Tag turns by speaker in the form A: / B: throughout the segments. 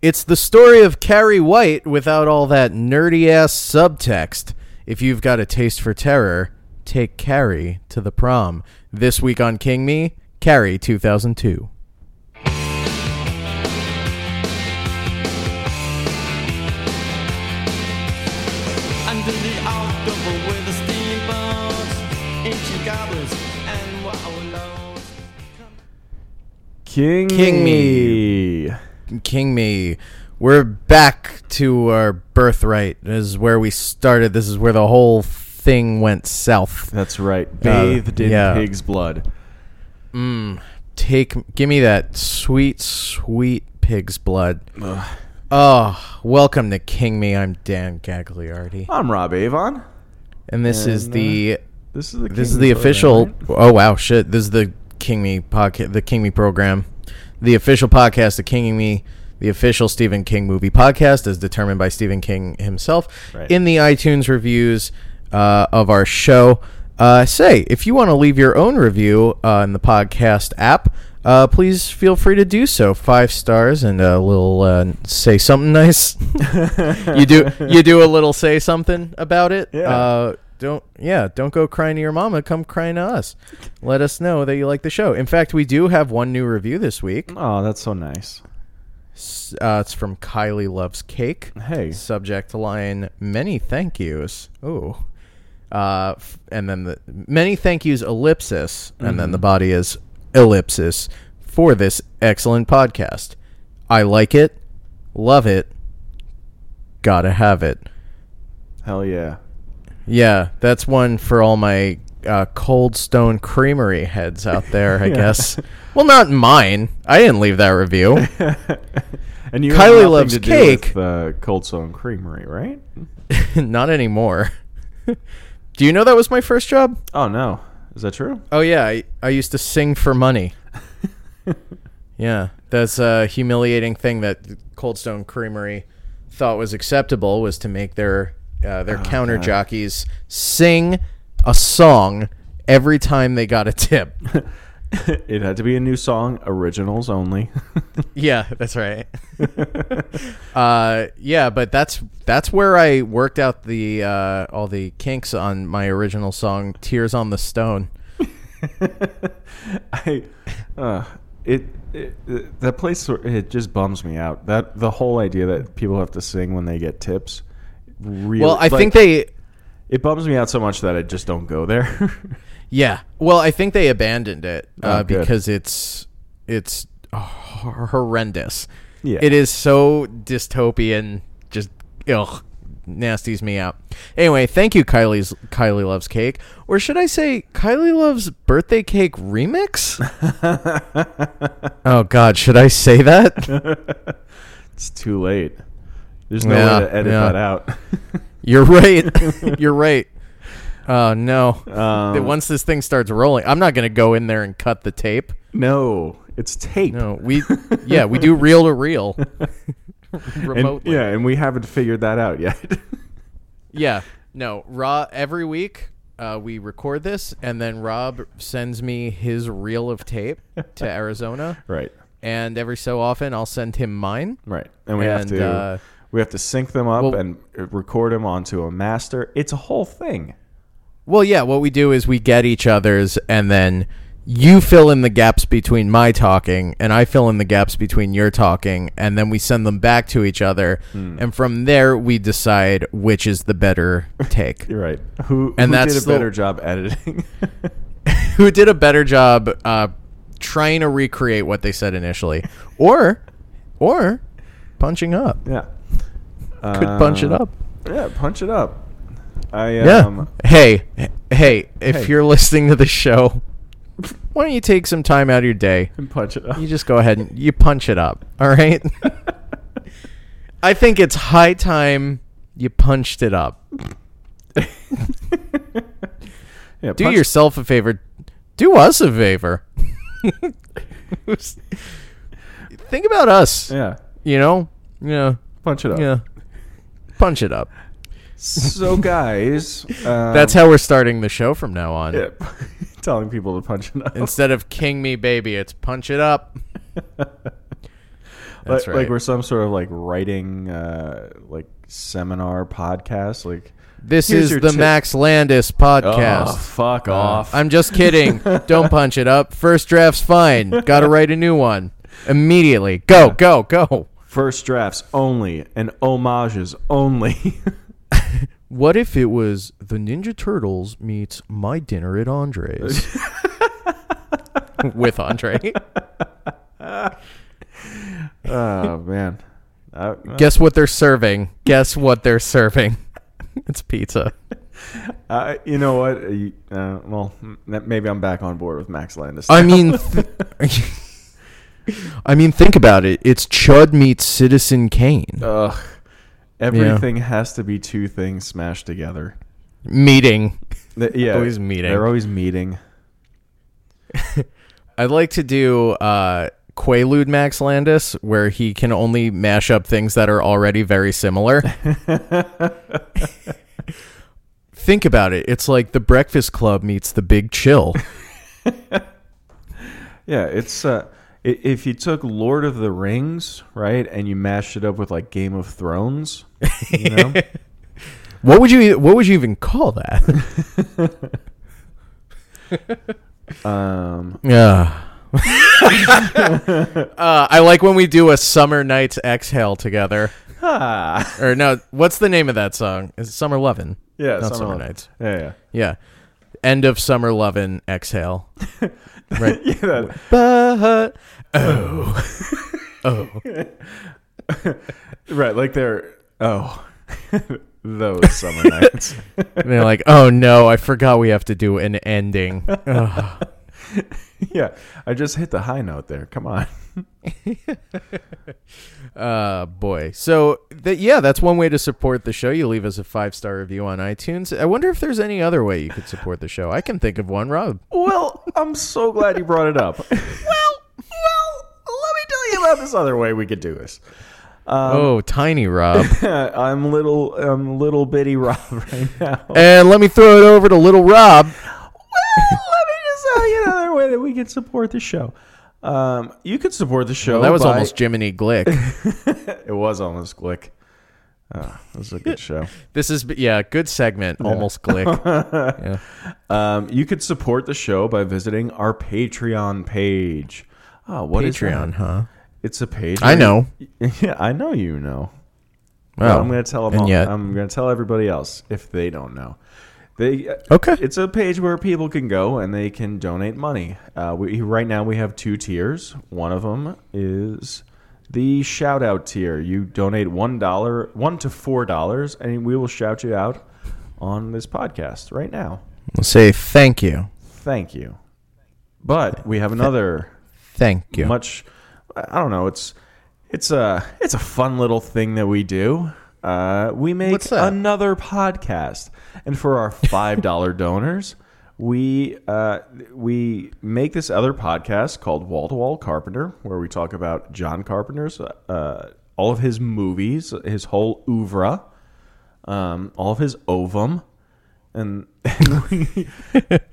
A: It's the story of Carrie White without all that nerdy ass subtext. If you've got a taste for terror, take Carrie to the prom. This week on King Me, Carrie 2002.
B: Under the out double with the steamboats, ancient goblins, and wallows.
C: King,
A: King me. King Me, we're back to our birthright. This is where we started. This is where the whole thing went south.
C: That's right. Bathed in
A: Uh, yeah.
C: pig's blood.
A: Take, give me that sweet, sweet pig's blood. Oh, welcome to King Me. I'm Dan Gagliardi,
C: I'm Rob Avon.
A: and this is
C: And,
A: the
C: This is the
A: this
C: King
A: is the
C: Soda,
A: official.
C: right?
A: Oh wow, shit! This is the King Me podcast, the King Me program, the official podcast, the King Me, the official Stephen King movie podcast, as determined by Stephen King himself
C: Right.
A: in the iTunes reviews uh, of our show. Uh, say if you want to leave your own review uh, in the podcast app. Uh, please feel free to do so. Five stars and a little uh, say something nice. you do you do a little say something about it.
C: Yeah.
A: Uh, don't yeah, don't go crying to your mama. Come crying to us. Let us know that you like the show. In fact, we do have one new review this week.
C: Oh, that's so nice.
A: S- Uh, it's from Kylie Loves Cake.
C: Hey.
A: Subject line: Many thank yous. Ooh. Uh, f- and then the many thank yous ellipsis, and then the
C: Mm-hmm.
A: body is ellipsis for this excellent podcast. I like it, love it, gotta have it.
C: Hell yeah.
A: Yeah, that's one for all my uh, Cold Stone Creamery heads out there, I
C: Yeah.
A: guess. Well, not mine. I didn't leave that review.
C: and you
A: Kylie
C: have nothing
A: loves
C: to do
A: cake.
C: With, uh, Cold Stone Creamery, right?
A: not anymore. Do you know that was my first job?
C: Oh no, is that true?
A: Oh yeah, I, I used to sing for money. yeah, that's a humiliating thing that Cold Stone Creamery thought was acceptable was to make their uh, their counter jockeys sing a song every time they got a tip.
C: it had to be a new song, originals only.
A: Yeah, that's right. uh, yeah, but that's that's where I worked out the uh, all the kinks on my original song "Tears on the Stone."
C: I, uh, it, it, it- that place where- it just bums me out. That the whole idea that people have to sing when they get tips. Really,
A: Well, I
C: like,
A: think they
C: it bums me out so much that I just don't go there.
A: yeah. Well, I think they abandoned it uh,
C: Oh, good.
A: because it's it's hor- horrendous.
C: Yeah.
A: it is so dystopian. Just ugh, nasties me out. Anyway, thank you, Kylie's Kylie loves cake, or should I say Kylie loves birthday cake remix? Oh God, should I say that?
C: it's too late. There's no
A: Yeah,
C: way to edit
A: yeah.
C: that out.
A: You're right. You're right. Oh no.
C: Um,
A: That Once this thing starts rolling, I'm not gonna go in there and cut the tape.
C: no, it's tape.
A: No, we yeah, we do reel to reel.
C: And-
A: Remotely.
C: yeah, and we haven't figured that out yet.
A: Yeah. No, Rob every week uh, we record this and then Rob sends me his reel of tape to Arizona.
C: right,
A: And every so often I'll send him mine.
C: right, and we have
A: And,
C: to
A: uh,
C: we have to sync them up
A: well-
C: and record them onto a master. It's a whole thing.
A: Well, yeah, what we do is we get each other's and then you fill in the gaps between my talking and I fill in the gaps between your talking and then we send them back to each other
C: Hmm.
A: and from there we decide which is the better take.
C: You're right. Who
A: And
C: who
A: that's
C: did a
A: the-
C: better job editing?
A: Who did a better job uh, trying to recreate what they said initially or or punching up.
C: yeah,
A: Could punch it
C: Uh,
A: up.
C: Yeah, punch it up. I
A: Yeah.
C: um,
A: hey, h- hey, if
C: hey.
A: you're listening to the show, why don't you take some time out of your day?
C: punch it up.
A: You just go ahead and you punch it up. All right. I think it's high time you punched it up.
C: yeah,
A: Do
C: punch-
A: yourself a favor. Do us a favor. think about us.
C: Yeah,
A: You know. Yeah.
C: punch it up.
A: Yeah. Punch it up.
C: So guys, um,
A: That's how we're starting the show from now on.
C: yeah, telling people to punch it up.
A: Instead of king me baby, it's punch it up. That's
C: like, like
A: right.
C: we're some sort of like writing uh, like seminar podcast. Like
A: This
C: here's
A: is
C: your
A: the
C: tip.
A: Max Landis podcast.
C: Oh, fuck
A: Uh,
C: off!
A: I'm just kidding. Don't punch it up. First draft's fine. Got to write a new one immediately. Go, go, go.
C: first drafts only and homages only.
A: What if it was the Ninja Turtles meets My Dinner at Andre's with Andre?
C: oh man, I,
A: Guess what they're serving? Guess what they're serving? It's pizza.
C: uh, I- you know what? Uh, you- uh, well, m- maybe I'm back on board with Max Landis.
A: I mean, th- I mean, think about it. It's Chud meets Citizen Kane
C: Ugh. Everything has to be two things smashed together.
A: meeting.
C: Th- yeah,
A: Always meeting.
C: They're always meeting.
A: I'd like to do uh, Quaalude Max Landis, where he can only mash up things that are already very similar. Think about it. It's like The Breakfast Club meets The Big Chill.
C: Yeah, it's uh, i- if you took Lord of the Rings, right, and you mashed it up with like Game of Thrones, you know,
A: What would you e, What would you even call that?
C: um,
A: Yeah. uh, I like when we do a Summer Night's Exhale together.
C: ah,
A: Or no, what's the name of that song? Is it Summer Lovin'?
C: yeah,
A: Not Summer,
C: something like-
A: Nights.
C: Yeah, yeah.
A: Yeah. End of Summer Lovin', Exhale. Right.
C: Yeah, that-
A: But oh, oh,
C: right. Like they're oh, those summer nights.
A: and they're like, oh no, I forgot we have to do an ending. Ugh.
C: yeah, I just hit the high note there. Come on.
A: Uh, boy. So that yeah, that's one way to support the show. You leave us a five star review on iTunes. I wonder if there's any other way you could support the show. I can think of one, Rob.
C: Well, I'm so glad you brought it up. well, well, let me tell you about this other way we could do this. Um,
A: oh, tiny Rob.
C: I'm little, I'm little bitty Rob right now.
A: and let me throw it over to little Rob.
C: well, let me just tell you another way that we can support the show. Um, you could support the show.
A: That was
C: by-
A: almost Jiminy Glick.
C: It was almost Glick. Oh, that was a good show.
A: This is yeah, good segment. Almost Glick. yeah.
C: Um, you could support the show by visiting our Patreon page. Oh, what is
A: Patreon,
C: that?
A: huh?
C: It's a page.
A: I know.
C: Yeah, I know you
A: Wow.
C: know. But I'm going to tell them.
A: And
C: All,
A: yet-
C: I'm going to tell everybody else if they don't know. They uh,
A: Okay.
C: It's a page where people can go and they can donate money. Uh, we right now we have two tiers. One of them is the shout out tier. You donate one dollar, one to four dollars, and we will shout you out on this podcast right now.
A: We'll say thank you,
C: Thank you. But we have another
A: thank you.
C: much I don't know, it's it's a it's a fun little thing that we do. Uh, we make
A: What's that?
C: another podcast. And for our $5 donors, we uh, we make this other podcast called Wall to Wall Carpenter where we talk about John Carpenter's uh, all of his movies, his whole oeuvre, um, all of his ovum and and we,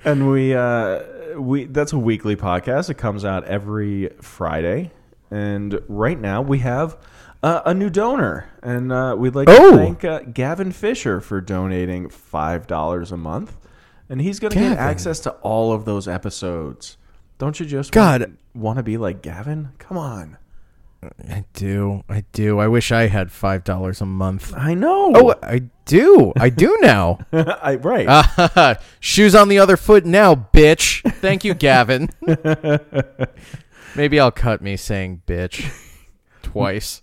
C: and we uh we that's a weekly podcast it comes out every friday and right now we have uh, a new donor and uh, we'd like
A: Oh.
C: to thank uh, gavin fisher for donating five dollars a month and he's going to get
A: Gavin.
C: access to all of those episodes don't you just
A: God.
C: want to be like gavin come on
A: I do. I do. I wish I had five dollars a month.
C: i know
A: Oh, I do. I do now.
C: I, right
A: Ah, Shoes on the other foot now, bitch. Thank you, Gavin. Maybe I'll cut me saying bitch twice.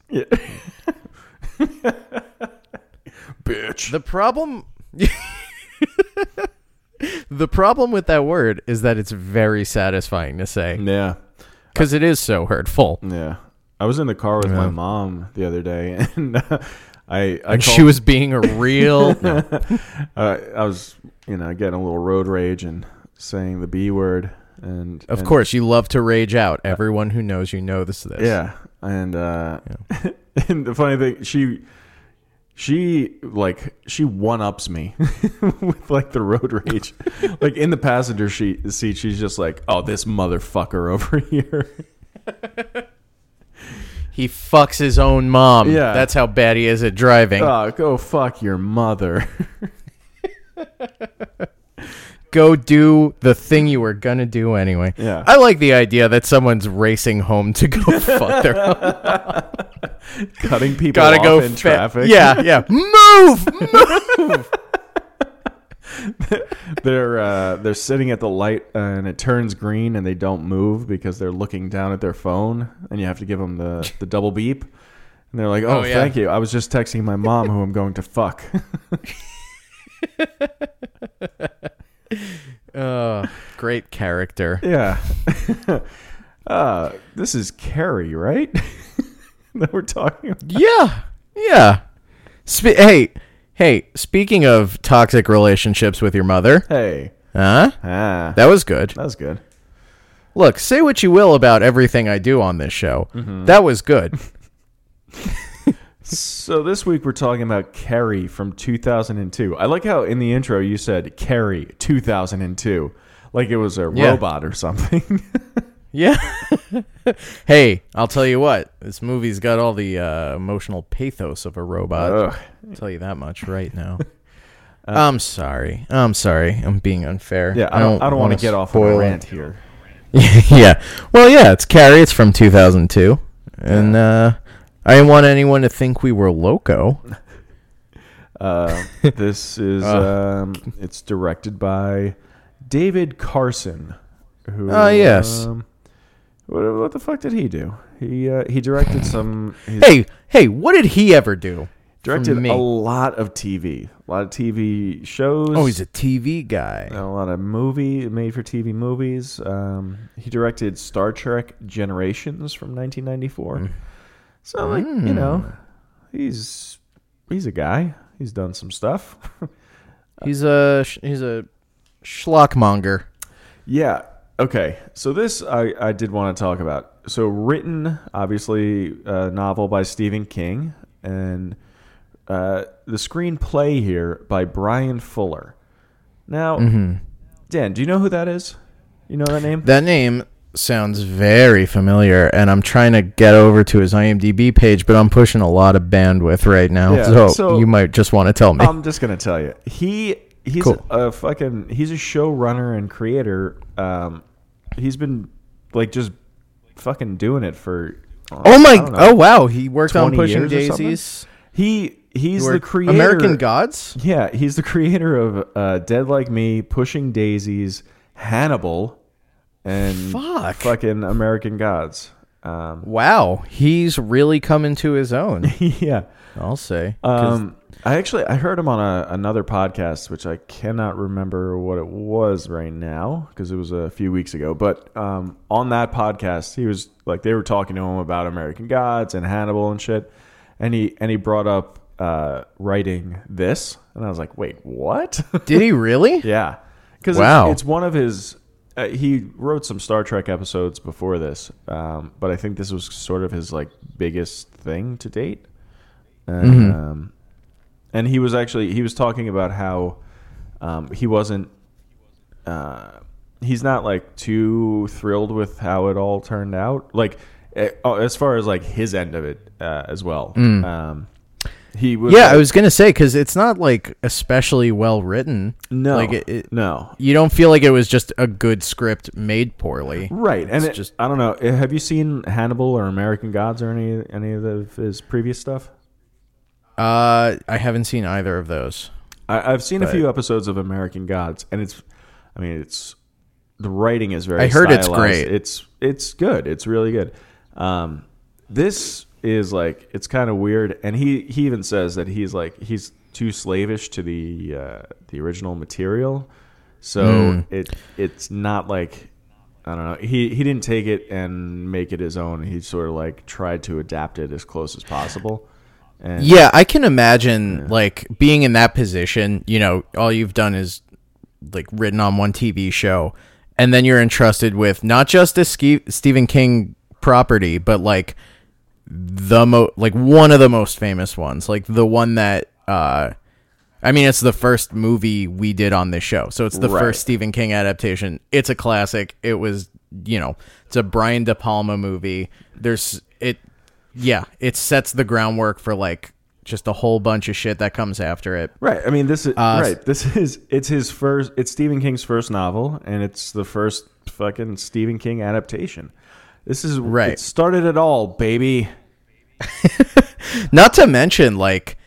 C: bitch
A: The problem The problem with that word is that it's very satisfying to say
C: yeah
A: cuz it is so hurtful.
C: Yeah, I was in the car with my mom the other day, and uh, I I
A: And she
C: called-
A: was being a real no.
C: uh, I was you know getting a little road rage and saying the b word, and
A: Of
C: and-
A: course, you love to rage out. Everyone who knows you knows this.
C: yeah, and uh, and the funny thing she. She like she one ups me with like the road rage, like in the passenger seat. Seat she's just like, "Oh, this motherfucker over here."
A: He fucks his own mom.
C: Yeah.
A: That's how bad he is at driving.
C: Oh, go fuck your mother.
A: Go do the thing you were going to do anyway.
C: Yeah.
A: I like the idea that someone's racing home to go fuck their
C: Cutting people
A: Gotta
C: off
A: go
C: in
A: fa-
C: traffic.
A: Yeah, yeah. Move! move!
C: they're uh, they're sitting at the light uh, and it turns green and they don't move because they're looking down at their phone and you have to give them the, the double beep and they're like oh,
A: Oh, yeah.
C: thank you i was just texting my mom who i'm going to fuck
A: Uh, great character.
C: yeah uh, this is carrie right that we're talking about.
A: Yeah, yeah. Spe- hey, hey. Speaking of toxic relationships with your mother,
C: hey
A: huh?
C: ah, that-,
A: That was good.
C: was good
A: Look, say what you will about everything I do on this show.
C: Mm-hmm.
A: That was good.
C: so this week we're talking about carrie from 2002 i like how in the intro you said carrie 2002 like it was a
A: Yeah.
C: robot or something
A: Yeah. hey, I'll tell you what. This movie's got all the uh, emotional pathos of a robot.
C: Ugh. Uh,
A: I'll tell you that much right now. I'm sorry. I'm sorry. I'm being unfair.
C: Yeah, I don't. I don't want
A: wanna
C: to get off on a
A: spoil it.
C: rant here.
A: yeah. Well, yeah, it's Carrie. It's from 2002. And uh, I didn't want anyone to think we were loco.
C: Uh, this is.
A: Uh.
C: um, it's directed by David Carson. Who?
A: Ah, yes.
C: um, what, what the fuck did he do? He uh, he directed some. He
A: Hey, hey, what did he ever do?
C: directed
A: me.
C: a lot of TV, a lot of TV shows.
A: Oh, he's a TV guy.
C: a lot of movie made for TV movies. Um, he directed Star Trek Generations from 1994. So like you know, he's he's a guy. He's done some stuff.
A: He's a sh- he's a schlockmonger.
C: yeah. Okay. So this I, I did want to talk about. So written obviously a novel by Stephen King and uh, the screenplay here by Brian Fuller. Now, Dan, do you know who that is? You know that name?
A: That name sounds very familiar, and I'm trying to get over to his IMDb page, but I'm pushing a lot of bandwidth right now,
C: Yeah,
A: so,
C: so- um,
A: you might just want to tell me.
C: I'm just gonna tell you, he he's
A: Cool.
C: a fucking he's a showrunner and creator. Um, he's been like just fucking doing it for.
A: oh
C: I
A: my!
C: don't know,
A: Oh wow! He worked on
C: 20
A: Pushing
C: years or something?
A: Daisies.
C: He he's the
A: Worked-
C: creator.
A: American Gods.
C: Yeah, he's the creator of uh, Dead Like Me, Pushing Daisies, Hannibal, and
A: Fuck.
C: fucking American Gods. Um,
A: Wow, he's really coming to his own.
C: yeah.
A: I'll say. 'Cause-
C: Um, I actually I heard him on a, another podcast, which I cannot remember what it was right now because it was a few weeks ago. But um, on that podcast, he was like they were talking to him about American Gods and Hannibal and shit, and he and he brought up uh, writing this, and I was like, wait, what?
A: did he really?
C: yeah, because
A: Wow.
C: it's, one of his. Uh, he wrote some Star Trek episodes before this, um, but I think this was sort of his like biggest thing to date and
A: Mm-hmm.
C: um, and he was actually he was talking about how um, he wasn't uh, he's not like too thrilled with how it all turned out like eh, oh, as far as like his end of it uh, as well um, he was
A: Mm. Yeah,
C: like,
A: I was gonna say because it's not like especially well written.
C: no
A: like it, it-
C: no
A: you don't feel like it was just a good script made poorly.
C: right and
A: It's
C: it,
A: just-
C: just I don't know eh, have you seen Hannibal or American Gods or any any of the, his previous stuff
A: Uh, I haven't seen either of those.
C: I, I've seen a
A: But-
C: few episodes of American Gods, and it's, I mean, it's the writing is very.
A: I heard it's
C: stylized.
A: great.
C: It's it's good. It's really good. Um, this is like it's kind of weird, and he he even says that he's like he's too slavish to the uh, the original material, so
A: Hmm.
C: it it's not like. I don't know. He he didn't take it and make it his own. He sort of like tried to adapt it as close as possible. And
A: Yeah, I can imagine like being in that position. You know, all you've done is like written on one TV show, and then you're entrusted with not just a Ske- Stephen King property, but like the mo like one of the most famous ones, like the one that uh, I mean, it's the first movie we did on this show, so it's the
C: Right.
A: first Stephen King adaptation. It's a classic. It was you know, it's a Brian De Palma movie. There's it yeah, it sets the groundwork for like just a whole bunch of shit that comes after it.
C: Right. I mean, this is
A: Uh,
C: right. This is it's his first. It's Stephen King's first novel, and it's the first fucking Stephen King adaptation. This is
A: Right.
C: It started it all, baby.
A: Not to mention, like,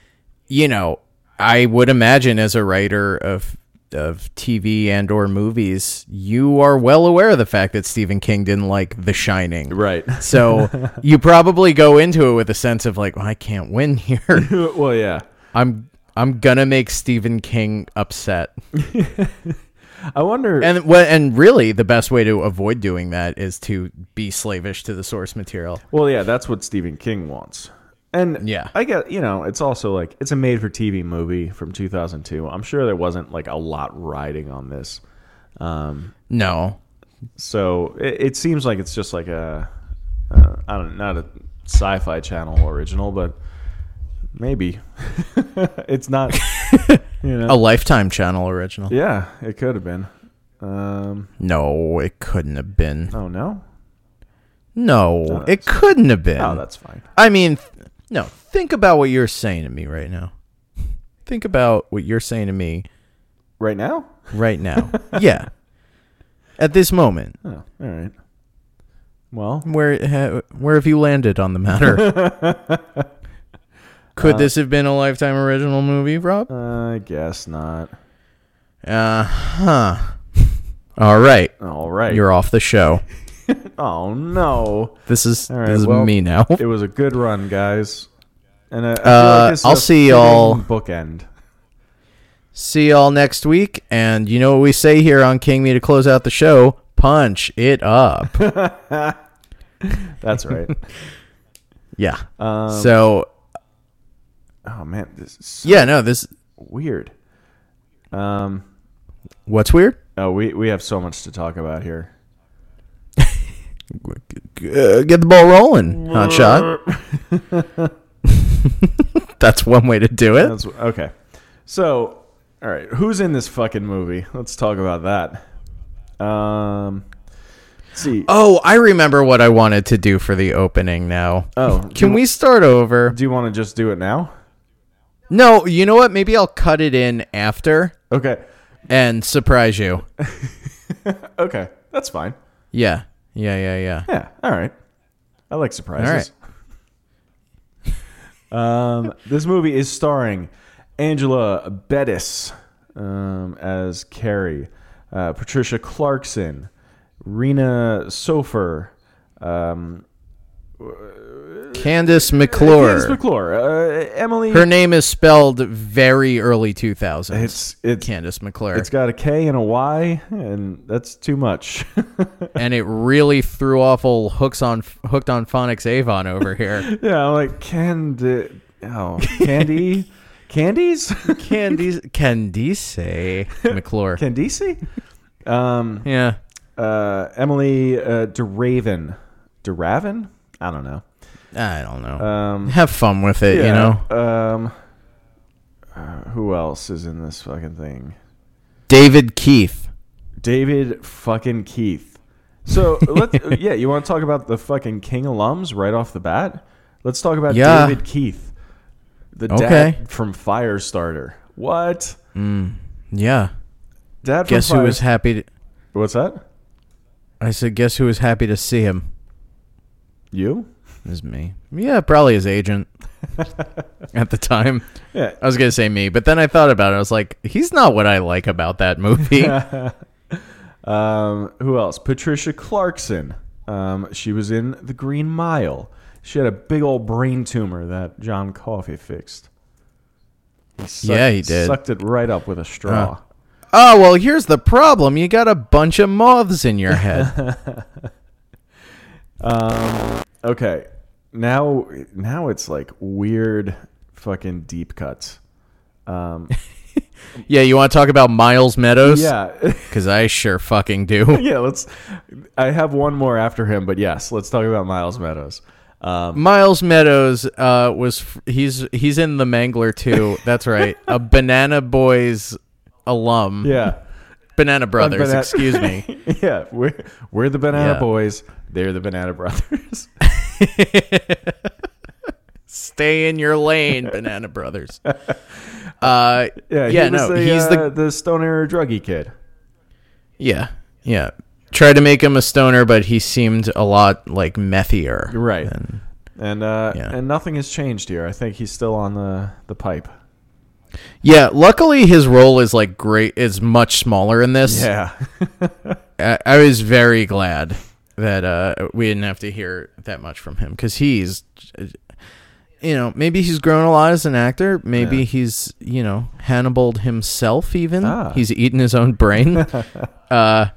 A: you know, I would imagine as a writer of of TV and or movies, you are well aware of the fact that Stephen King didn't like The Shining.
C: Right.
A: So you probably go into it with a sense of like, well, I can't win here.
C: well, yeah.
A: I'm I'm gonna make Stephen King upset.
C: I wonder.
A: And wh- and really, the best way to avoid doing that is to be slavish to the source material.
C: well, yeah. That's what Stephen King wants. And
A: Yeah.
C: I get you know. It's also like it's a made-for-TV movie from 2002. I'm sure there wasn't like a lot riding on this. Um,
A: No,
C: so it, it seems like it's just like a uh, I don't not a sci-fi channel original, but maybe it's not. you know,
A: a Lifetime Channel original.
C: yeah, it could have been. Um,
A: No, it couldn't have been.
C: oh no,
A: No, it couldn't have been.
C: oh that's fine.
A: I mean, th- no. Think about what you're saying to me right now. Think about what you're saying to me
C: Right now?
A: right now. yeah, at this moment,
C: Oh, all right. Well,
A: where ha, where have you landed on the matter?
C: Uh,
A: Could this have been a lifetime original movie, Rob?
C: I guess not.
A: Uh huh. All right,
C: All right.
A: you're off the show.
C: oh no.
A: This is
C: All right.
A: this is
C: well,
A: me now.
C: it was a good run, guys. And I, I feel
A: Uh,
C: like this is
A: I'll
C: a
A: see y'all-
C: fitting Bookend.
A: See y'all next week, and you know what we say here on King Me to close out the show: punch it up.
C: That's right. Um,
A: yeah. so
C: oh man, this is so
A: yeah, no, this
C: weird. Um,
A: what's weird.
C: oh, we we have so much to talk about here.
A: Uh, get the ball rolling, hot shot. That's one way to do it.
C: That's okay. So, all right, who's in this fucking movie? Let's talk about that. Um, let's see,
A: Oh, I remember what I wanted to do for the opening now.
C: Oh,
A: can we start over?
C: do you want to just do it now?
A: No, you know what? Maybe I'll cut it in after
C: Okay,
A: and surprise you.
C: okay, that's fine.
A: Yeah. Yeah, yeah, yeah.
C: Yeah, all right. I like surprises. um, this movie is starring Angela Bettis um, as Carrie, uh, Patricia Clarkson, Rena Sofer, um,
A: Candace
C: Candace
A: McClure.
C: McClure, uh, Emily.
A: Her name is spelled very early 2000s.
C: it's it's
A: Candace McClure.
C: it's got a K and a Y, and that's too much.
A: and it really threw off old hooks on hooked on phonics Avon over here.
C: yeah, I'm like candy. Oh, candy, candies,
A: Candice Candice McClure.
C: Candice. Um,
A: yeah.
C: uh, Emily uh, DeRaven. DeRaven? I don't know.
A: I don't know.
C: Um,
A: Have fun with it, you know.
C: Um, uh, who else is in this fucking thing?
A: David Keith.
C: David fucking Keith. So let's yeah, you want to talk about the fucking King alums right off the bat? Let's talk about
A: Yeah.
C: David Keith, the
A: Okay.
C: dad from Firestarter. What
A: Yeah.
C: dad? From
A: Guess who was
C: Fires-
A: happy to
C: What's that?
A: I said guess who was happy to see him?
C: You?
A: It was me. Yeah, probably his agent at the time.
C: Yeah.
A: I was gonna say me, but then I thought about it. I was like, he's not what I like about that movie.
C: Um, who else? Patricia Clarkson. Um, she was in The Green Mile. She had a big old brain tumor that John Coffey fixed. He sucked-
A: Yeah, he did.
C: Sucked it right up with a straw.
A: oh well, here's the problem. You got a bunch of moths in your head.
C: Okay, now now it's like weird fucking deep cuts.
A: yeah, you want to talk about Miles Meadows?
C: Yeah,
A: because I sure fucking do.
C: yeah. Let's. I have one more after him, but yes, let's talk about Miles Meadows. Um,
A: Miles Meadows uh, was f- he's he's in the Mangler too. That's right, a Banana Boys alum.
C: yeah,
A: Banana Brothers,
C: Bana-
A: excuse me.
C: yeah. We're we're the Banana
A: Yeah.
C: Boys. They're the Banana Brothers.
A: Stay in your lane, Banana Brothers. Uh, yeah,
C: he was
A: no,
C: the,
A: he's
C: uh,
A: the
C: the Stone Era druggy kid.
A: yeah, yeah. Tried to make him a stoner, but he seemed a lot like methier.
C: Right.
A: than-
C: And uh,
A: Yeah.
C: and nothing has changed here. I think he's still on the, the pipe.
A: yeah. Luckily, his role is like great. Is much smaller in this.
C: Yeah.
A: I, I was very glad that uh, we didn't have to hear that much from him because he's, you know, maybe he's grown a lot as an actor. Maybe
C: Yeah.
A: he's, you know, Hannibal himself. Even
C: Ah.
A: he's eaten his own brain. uh,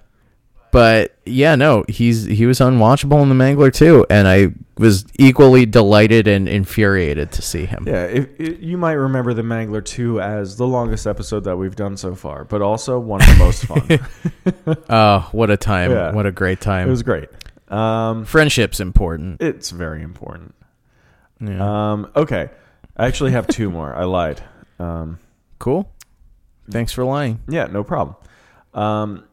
A: but yeah, no, he's he was unwatchable in The Mangler too, and I was equally delighted and infuriated to see him.
C: yeah. If, i you might remember The Mangler 2 as the longest episode that we've done so far, but also one of the most fun.
A: Oh, what a time!
C: Yeah.
A: What a great
C: it
A: time!
C: was great. Um,
A: Friendship's important.
C: it's very important.
A: Yeah.
C: Um, okay. I actually have two more. I lied. Um,
A: cool. Thanks for lying.
C: Yeah, no problem. Um,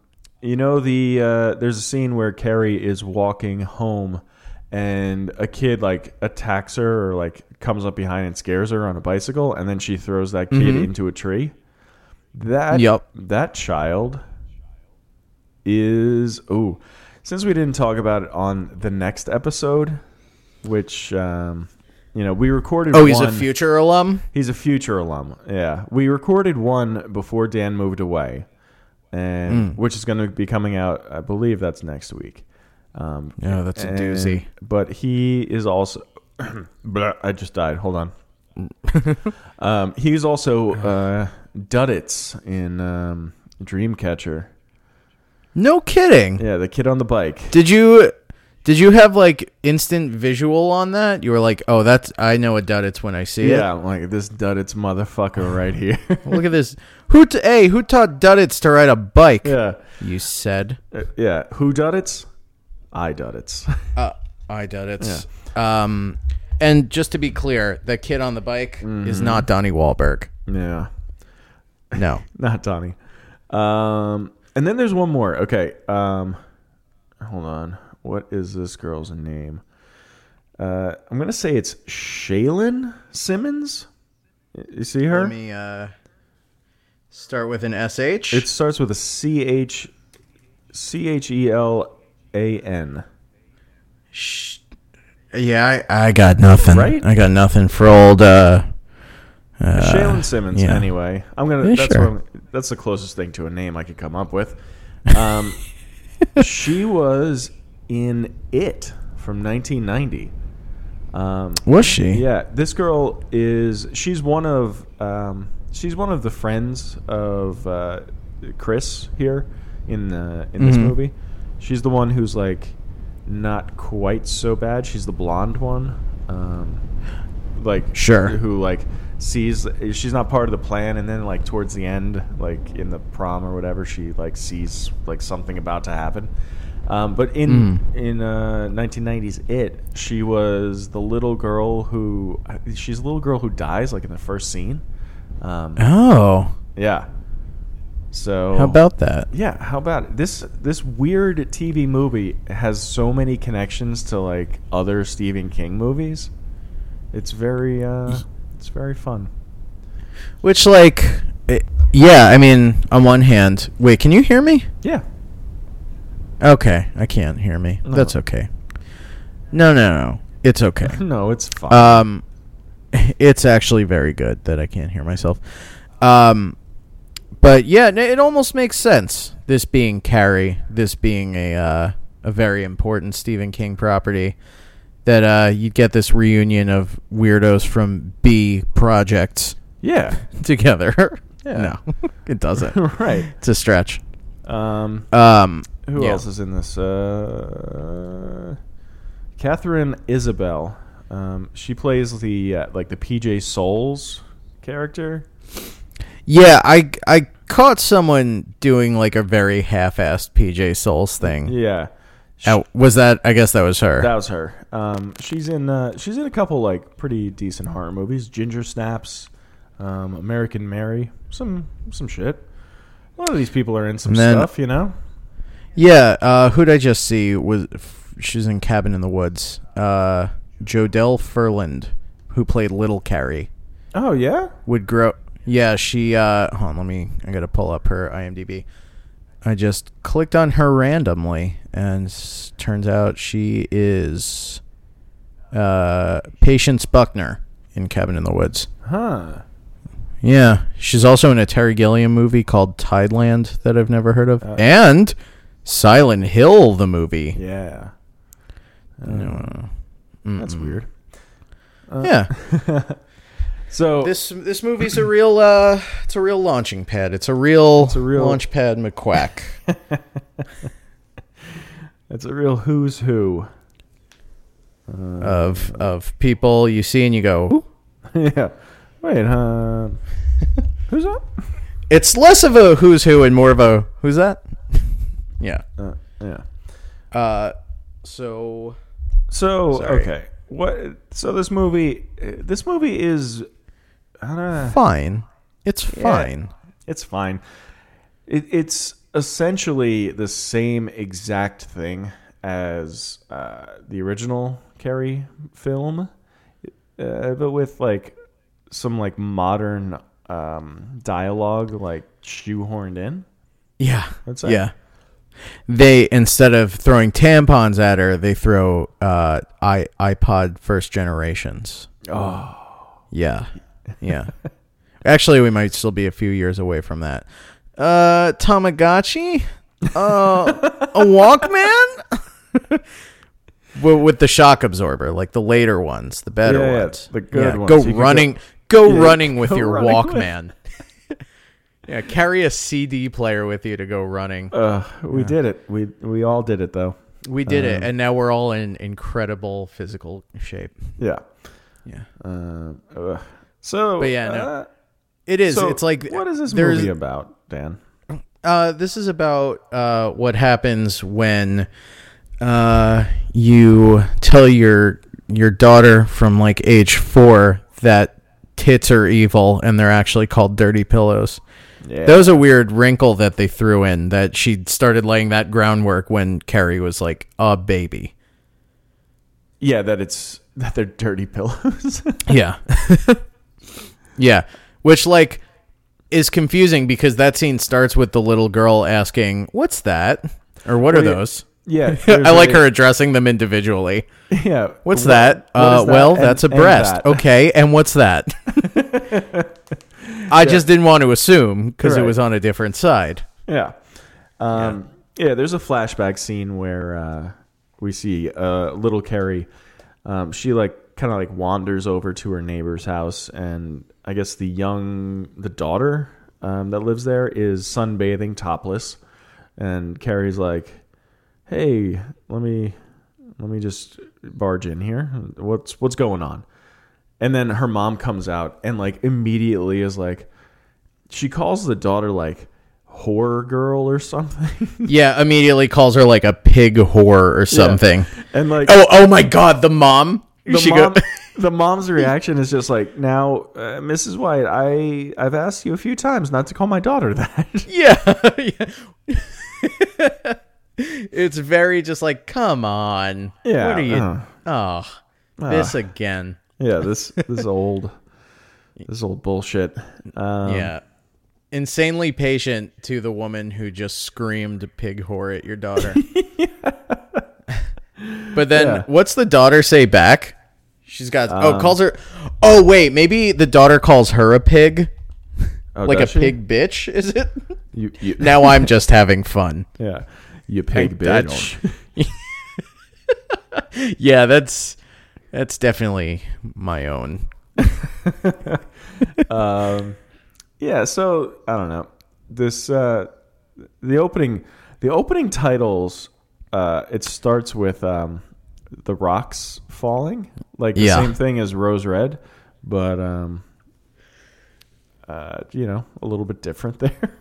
C: you know the uh, there's a scene where Carrie is walking home, and a kid like attacks her or like comes up behind and scares her on a bicycle, and then she throws that kid
A: Mm-hmm.
C: into a tree. That
A: Yep.
C: that child is oh. Since we didn't talk about it on the next episode, which um, you know we recorded.
A: Oh, he's a
C: one-
A: future alum.
C: He's a future alum. Yeah, we recorded one before Dan moved away,
A: Mm.
C: and which is going to be coming out. I believe that's next week. Um,
A: No, that's a
C: and-
A: doozy.
C: But he is also. Blah, I just died. Hold on. um, he's also uh, Duddits in um, Dreamcatcher.
A: No kidding.
C: Yeah, the kid on the bike.
A: Did you did you have like instant visual on that? You were like, "Oh, that's I know a dud it's when I see
C: Yeah, I'm like this Duddits motherfucker right here.
A: it." Look at this. Who t- hey, who taught Duddits to ride a bike?
C: yeah,
A: You said.
C: Uh, yeah. Who Duddits? I Duddits.
A: Uh, I Duddits. Um and just to be clear, the kid on the bike
C: Mm-hmm.
A: is not Donnie Wahlberg.
C: yeah.
A: No.
C: not Donnie. Um, and then there's one more. Okay. Um, hold on. What is this girl's name? Uh, I'm gonna say it's Shaylin Simmons. Y- You see her?
A: Let me uh start with an SH.
C: It starts with a C H C H E L A N.
A: yeah, I, I got nothing.
C: Right?
A: I got nothing for old uh
C: Shaylin Simmons.
A: yeah.
C: Anyway, I'm gonna.
A: Yeah,
C: that's
A: sure.
C: what I'm, that's the closest thing to a name I could come up with. Um, she was in It from 1990. Um,
A: was she?
C: Yeah, this girl is. She's one of. Um, she's one of the friends of uh, Chris here in the in this
A: Mhm.
C: movie. She's the one who's like not quite so bad. She's the blonde one. Um, like
A: Sure.
C: who like sees she's not part of the plan and then like towards the end like in the prom or whatever she like sees like something about to happen um, but in
A: Mm.
C: in uh, 1990s it she was the little girl who she's the little girl who dies like in the first scene um,
A: Oh.
C: yeah so
A: How about that?
C: Oh. yeah how about it? this this weird tv movie has so many connections to like other stephen king movies it's very uh it's very fun
A: Which, like, it, yeah, I mean, on one hand, wait, can you hear me?
C: yeah
A: Okay, I can't hear me.
C: No.
A: That's okay. No, no, no, it's okay.
C: no it's fun
A: Um, it's actually very good that I can't hear myself. Um, but yeah, n- it almost makes sense. This being Carrie, this being a uh, a very important Stephen King property, that uh, you get this reunion of weirdos from B projects
C: yeah
A: together.
C: Yeah.
A: No, it doesn't.
C: right
A: It's a stretch.
C: um
A: Um,
C: who
A: yeah.
C: else is in this uh catherine isabel um she plays the uh, like the pj souls character
A: Yeah, I I caught someone doing like a very half-assed PJ Souls thing.
C: yeah
A: Uh, was that? I guess that was her.
C: That was her. Um, she's in uh, she's in a couple like pretty decent horror movies: Ginger Snaps, um, American Mary, some some shit. A lot of these people are in some
A: And then-
C: stuff, you know.
A: yeah. Uh, who'd I just see was f- she's in Cabin in the Woods. Uh, Jodelle Furland who played Little Carrie,
C: Oh yeah.
A: would grow. Yeah, she. Uh, hold on, let me. I gotta pull up her IMDb. I just clicked on her randomly, and s- turns out she is uh, Patience Buckner in Cabin in the Woods.
C: Huh.
A: Yeah, she's also in a Terry Gilliam movie called Tideland that I've never heard of, and Silent Hill the movie.
C: Uh, Yeah. Um,
A: No. uh,
C: That's weird.
A: yeah.
C: Uh, So
A: This this movie's a real uh it's a real launching pad. It's a real,
C: a real-
A: launch pad McQuack.
C: it's a real who's who. Uh,
A: of of people you see and you go,
C: yeah. Wait, huh? who's up?
A: it's less of a who's who and more of a who's that? yeah.
C: Uh, yeah.
A: Uh so
C: So
A: Sorry.
C: okay, what? So this movie, uh, this movie is, I don't know,
A: fine. It's fine.
C: it's fine. It, it's essentially the same exact thing as uh, the original Carrie film, uh, but with like some like modern um, dialogue, like shoehorned in.
A: Yeah.
C: That's it.
A: yeah. They instead of throwing tampons at her, they throw uh i iPod first generations.
C: Oh,
A: Yeah. Yeah. Actually, we might still be a few years away from that. Uh Tamagotchi? Uh a Walkman? well, with the shock absorber, like the later ones, the better
C: Yeah, yeah,
A: ones.
C: the good ones. You
A: Go
C: could go-
A: running go,
C: Yeah,
A: running with
C: go
A: your
C: running with-
A: Walkman. yeah, carry a CD player with you to go running.
C: uh, we did it. We we all did it though.
A: we did
C: Um,
A: it and now we're all in incredible physical shape.
C: Yeah.
A: Yeah.
C: Uh, ugh. so,
A: yeah, no.
C: uh,
A: It is.
C: so
A: it's like
C: what is this
A: there's-
C: movie about, Dan?
A: Uh, this is about uh, what happens when uh, you tell your your daughter from like age four that tits are evil and they're actually called dirty pillows.
C: Yeah,
A: That was a weird wrinkle that they threw in that she started laying that groundwork when Carrie was like a baby.
C: yeah, that it's that they're dirty pillows.
A: Yeah. yeah. Which like is confusing because that scene starts with the little girl asking, "What's that?" or "What are
C: yeah.
A: those?"
C: yeah, there's
A: I like
C: a-
A: her addressing them individually.
C: Yeah,
A: What's
C: What-
A: that?
C: what
A: uh,
C: is that?
A: Well,
C: And-
A: that's a
C: and
A: breast.
C: that.
A: Okay, and what's that? I just didn't want to assume because it
C: Right.
A: was on a different side.
C: Yeah. Um, yeah. there's a flashback scene where uh, we see uh, little Carrie. Um, she like kind of like wanders over to her neighbor's house, and I guess the young the daughter um, that lives there is sunbathing topless, and Carrie's like, "Hey, let me let me just barge in here. What's what's going on?" And then her mom comes out and like immediately is like, she calls the daughter like horror girl or something.
A: Yeah, immediately calls her like a pig whore or something.
C: and like
A: Oh, oh my God, the mom.
C: the
A: She go-
C: mom the mom's reaction is just like, "Now, uh, Mrs. White, I I've asked you a few times not to call my daughter that."
A: yeah. yeah. it's very just like, come on.
C: Yeah,
A: What are you?
C: uh.
A: oh, this again.
C: yeah, this this old this old bullshit. Um,
A: yeah. Insanely patient to the woman who just screamed pig whore at your daughter. but then
C: Yeah. Um,
A: what's the daughter say back? She's got oh calls her Oh wait, maybe the daughter calls her a pig.
C: Oh,
A: like a
C: does she?
A: pig bitch, is it?
C: You, you,
A: now I'm just having fun.
C: yeah, you pig
A: I don't-
C: bitch.
A: Yeah, that's that's definitely my own.
C: Yeah, so I don't know. This uh the opening the opening titles uh it starts with um the rocks falling. Like the
A: Yeah.
C: same thing as Rose Red, but um uh you know, a little bit different there.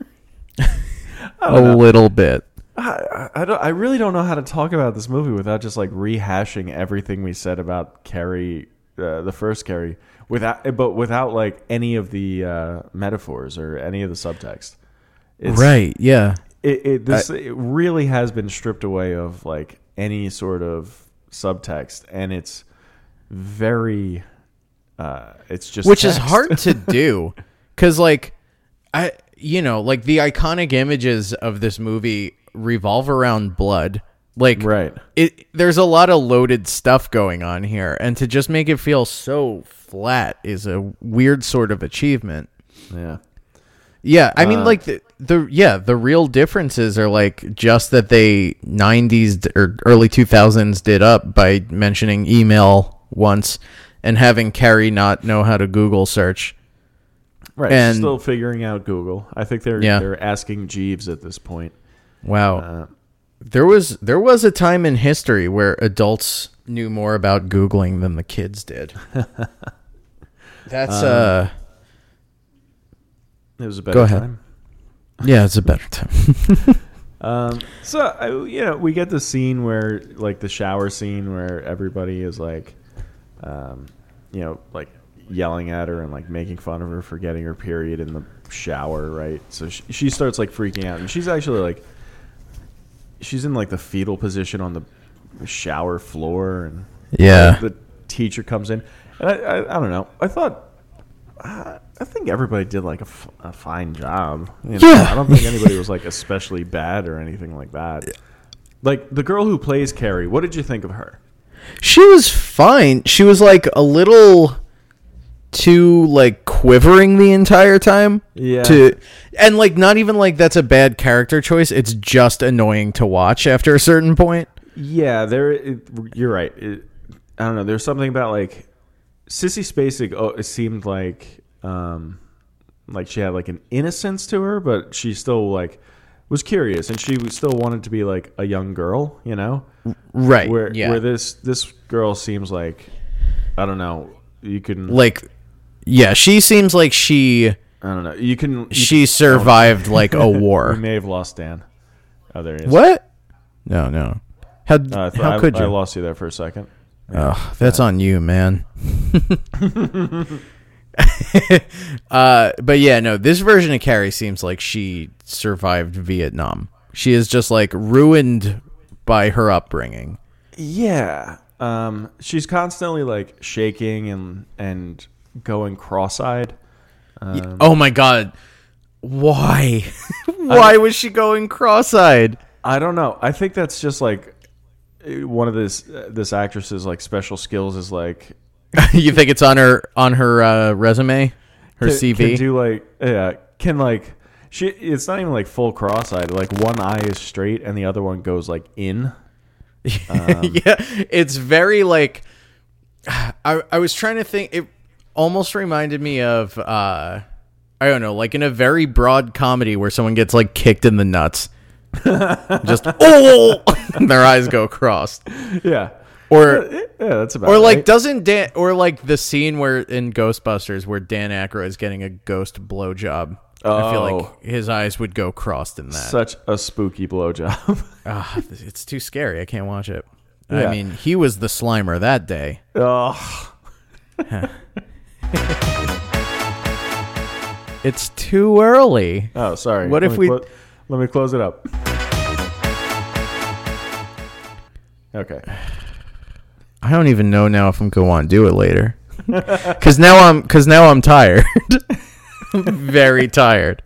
A: A little bit.
C: I, I don't I really don't know how to talk about this movie without just like rehashing everything we said about Carrie uh, the first Carrie without but without like any of the uh metaphors or any of the subtext. It's,
A: Right, yeah.
C: it, it this it really has been stripped away of like any sort of subtext and it's very Uh, it's just
A: which is
C: text.
A: hard to do because like i you know like the iconic images of this movie revolve around blood like
C: Right.
A: it there's a lot of loaded stuff going on here and to just make it feel so flat is a weird sort of achievement
C: Yeah.
A: yeah i mean like the, the yeah the real differences are like just that they 90s d- or early 2000s did up by mentioning email once and having carrie not know how to google search
C: Right.
A: And-
C: still figuring out Google. I think they're
A: Yeah.
C: they're asking Jeeves at this point.
A: Wow. there was there was a time in history where adults knew more about googling than the kids did. That's uh
C: It was a better
A: Go ahead.
C: time.
A: yeah, it's a better time.
C: Um, so I, you know, we get the scene where like the shower scene where everybody is like, um, you know, like yelling at her and like making fun of her for getting her period in the shower, right? So she, she starts like freaking out, and she's actually like, she's in like the fetal position on the shower floor, and
A: Yeah.
C: the teacher comes in, and I, I, I don't know. I thought. I I think everybody did like a, f- a fine job. You know,
A: Yeah.
C: I don't think anybody was like especially bad or anything like that. Like the girl who plays Carrie, what did you think of her?
A: She was fine. She was like a little too like quivering the entire time.
C: Yeah.
A: To and like not even like that's a bad character choice. It's just annoying to watch after a certain point.
C: Yeah, there. It, you're right. It, I don't know. There's something about like Sissy Spacek. Oh, it seemed like um, like she had like an innocence to her, but she still like was curious, and she was- still wanted to be like a young girl. You know,
A: Right.
C: where
A: yeah.
C: where this this girl seems like I don't know. You can
A: like yeah, she seems like she
C: I don't know. You can. You
A: she survived like a war.
C: We may have lost Dan. Oh, there he is.
A: What? No, no. How
C: Uh, I th-
A: how
C: I-
A: could you?
C: I lost you there for a second.
A: Ugh, that's on you, man. uh, but yeah, no. This version of Carrie seems like she survived Vietnam. She is just like ruined by her upbringing.
C: Yeah. Um, she's constantly like shaking and and going cross-eyed.
A: oh my god. Why? Why was she going cross-eyed?
C: I don't know. I think that's just like eh, one of this this actress's like special skills is like
A: you think it's on her on her uh, resume, her
C: can-
A: CV?
C: can do like yeah can like she it's not even like full cross-eyed like one eye is straight and the other one goes like in Um,
A: yeah, it's very like I I was trying to think it almost reminded me of uh I don't know, like in a very broad comedy where someone gets like kicked in the nuts. Just oh and their eyes go crossed.
C: yeah
A: Or
C: yeah that's about
A: or like
C: right.
A: doesn't Dan or like the scene where in Ghostbusters where Dan Aykroyd is getting a ghost blowjob. I feel
C: Oh.
A: like his eyes would go crossed in that.
C: such a spooky blowjob.
A: Ah, it's too scary. I can't watch it.
C: Yeah.
A: I mean, he was the Slimer that day.
C: Ugh.
A: It's too early.
C: Oh, sorry.
A: What
C: Let
A: if we-
C: me clo- let me close it up. Okay.
A: I don't even know now if I'm gonna want to do it later. Cause now I'm, cause now I'm tired. I'm very tired.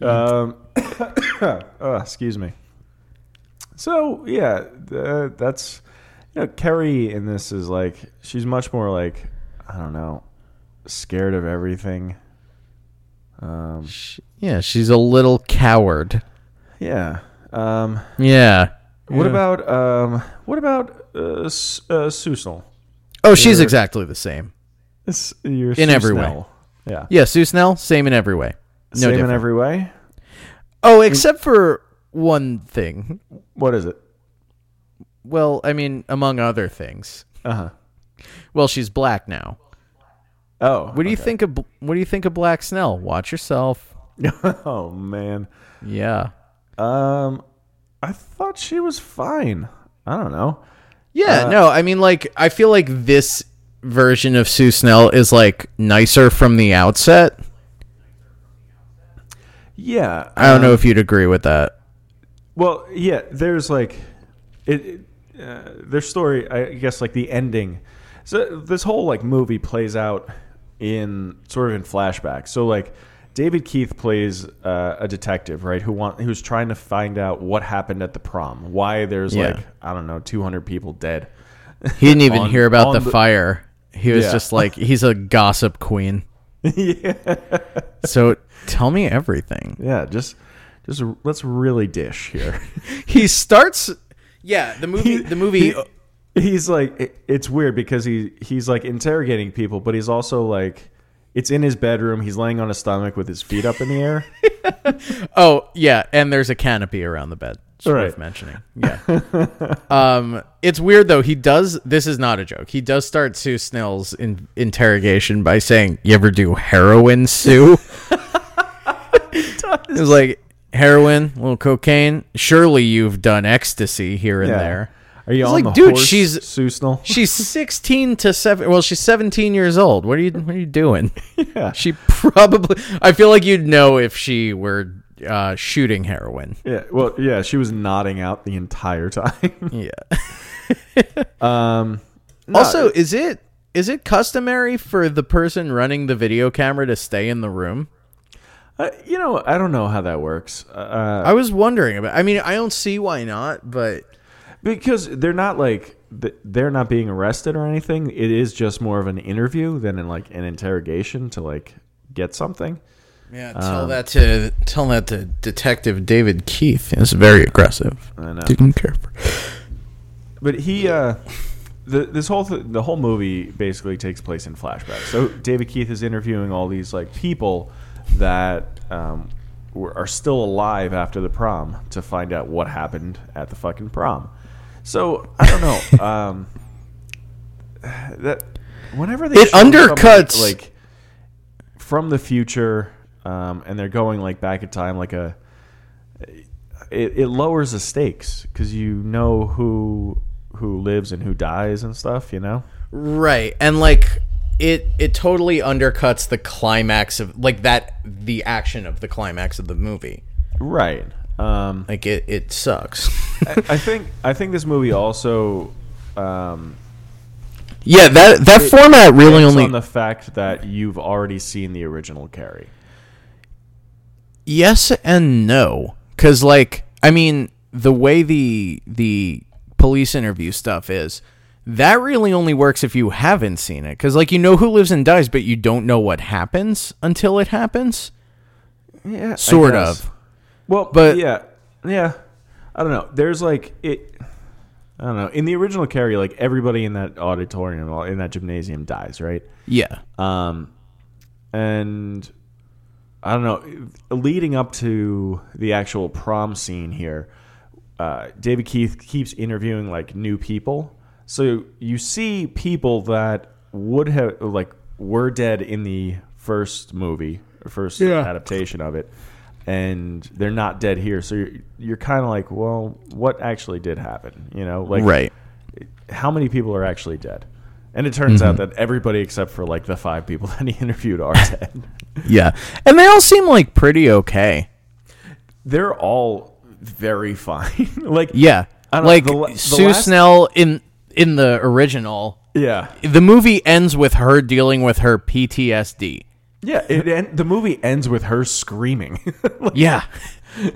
C: Um, oh, excuse me. So yeah, uh, that's you know Carrie in this is like she's much more like I don't know scared of everything. Um,
A: Sh- Yeah, she's a little coward.
C: yeah. Um,
A: Yeah.
C: what
A: Yeah.
C: about um, what about uh, S- uh, Susnel?
A: Oh, she's
C: your-
A: exactly the same.
C: It's your
A: In every way.
C: Susnel. Yeah.
A: Yeah, Sue Snell, same in every way. No
C: Same
A: different.
C: in every way.
A: oh, except for one thing.
C: What is it?
A: Well, I mean, among other things.
C: Uh huh.
A: Well, she's black now.
C: Oh,
A: What do you think of What do you think of Black Snell? Watch yourself.
C: oh man.
A: Yeah.
C: Um, I thought she was fine. I don't know. Uh,
A: Yeah, no, I mean, like, I feel like this version of Sue Snell is like nicer from the outset.
C: Yeah.
A: I don't know if you'd agree with that.
C: Well, yeah. There's like, it. it uh, their story. I guess like the ending. So this whole like movie plays out in sort of in flashback. So like David Keith plays uh, a detective, right? Who want who's trying to find out what happened at the prom, why there's
A: Yeah.
C: like I don't know, 200 people dead.
A: He didn't even
C: On-
A: hear about
C: on
A: the,
C: the-
A: fire. He was
C: Yeah.
A: just like, he's a gossip queen. yeah. So tell me everything.
C: Yeah, just just let's really dish here.
A: He starts. Yeah, the movie. The movie. uh,
C: He- he's like it- it's weird because he he's like interrogating people, but he's also like it's in his bedroom. He's laying on his stomach with his feet up in the air.
A: Oh yeah, and there's a canopy around the bed. It's
C: Right.
A: worth mentioning. Yeah. um, it's weird though. He does. This is not a joke. He does start Sue Snell's in, interrogation by saying, "You ever do heroin, Sue?" It was like heroin, a little cocaine. Surely you've done ecstasy here and
C: Yeah.
A: there.
C: Are you
A: It's
C: on
A: like,
C: the
A: dude,
C: horse,
A: she's-
C: Susnel?
A: She's 16 to 7 well she's 17 years old. What are you what are you doing?
C: Yeah.
A: She probably I feel like you'd know if she were uh, shooting heroin.
C: Yeah, well, yeah, she was nodding out the entire time.
A: Yeah.
C: um, no,
A: also, is it is it customary for the person running the video camera to stay in the room?
C: uh, you know, I don't know how that works uh,
A: I was wondering about. I mean, I don't see why not, but
C: because they're not like th- they're not being arrested or anything. It is just more of an interview than in like an interrogation to like get something.
A: yeah, tell that to tell that to Detective David Keith. It's very aggressive.
C: I know.
A: Didn't care for.
C: But he, uh, the this whole th- the whole movie basically takes place in flashback. So David Keith is interviewing all these like people that um, were, are still alive after the prom to find out what happened at the fucking prom. So I don't know. um, that whenever they
A: It
C: show somebody,
A: undercuts-
C: like from the future, um, and they're going like back in time, like a it, it lowers the stakes because you know who who lives and who dies and stuff. You know,
A: Right, and like it it totally undercuts the climax of like that the action of the climax of the movie.
C: right? Um,
A: Like it it sucks.
C: I, I think I think this movie also um,
A: yeah, that that format really
C: hits on the fact that you've already seen the original Carrie.
A: yes and no because like i mean the way the the police interview stuff is that really only works if you haven't seen it because like you know who lives and dies but you don't know what happens until it happens
C: Yeah,
A: sort of
C: Well,
A: But-
C: but yeah, yeah. I don't know. There's like it. I don't know. In the original Carrie, like everybody in that auditorium, in that gymnasium, dies, right?
A: yeah
C: Um, and I don't know. Leading up to the actual prom scene here, uh, David Keith keeps interviewing like new people. So you see people that would have like were dead in the first movie, or first adaptation of it, and they're not dead here. So you're you're kind of like, well, what actually did happen? You know, like
A: right
C: how many people are actually dead. And it turns out
A: Mm-hmm.
C: that everybody except for like the five people that he interviewed are dead.
A: yeah and they all seem like pretty okay
C: They're all very fine. like
A: yeah
C: I don't-
A: like
C: the la- the
A: sue
C: last-
A: snell in in the original
C: yeah,
A: the movie ends with her dealing with her ptsd
C: yeah. It en- the movie ends with her screaming. Like,
A: Yeah.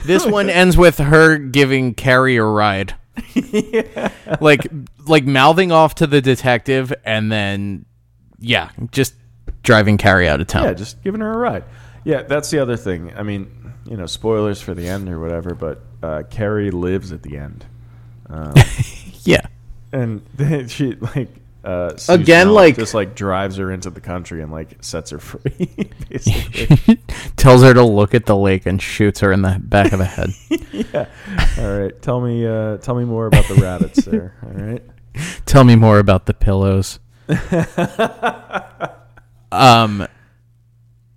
A: This one ends with her giving Carrie a ride. Like like mouthing off to the detective and then yeah, just driving Carrie out of town.
C: yeah, just giving her a ride. Yeah, that's the other thing. I mean, you know, spoilers for the end or whatever, but uh, Carrie lives at the end,
A: Yeah.
C: and then she like. Uh, Sue
A: Again,
C: Snell
A: like-
C: just like drives her into the country and like sets her free. Basically,
A: Tells her to look at the lake and shoots her in the back of the head.
C: all right. Tell me, uh, tell me more about the rabbits there. All right.
A: Tell me more about the pillows. um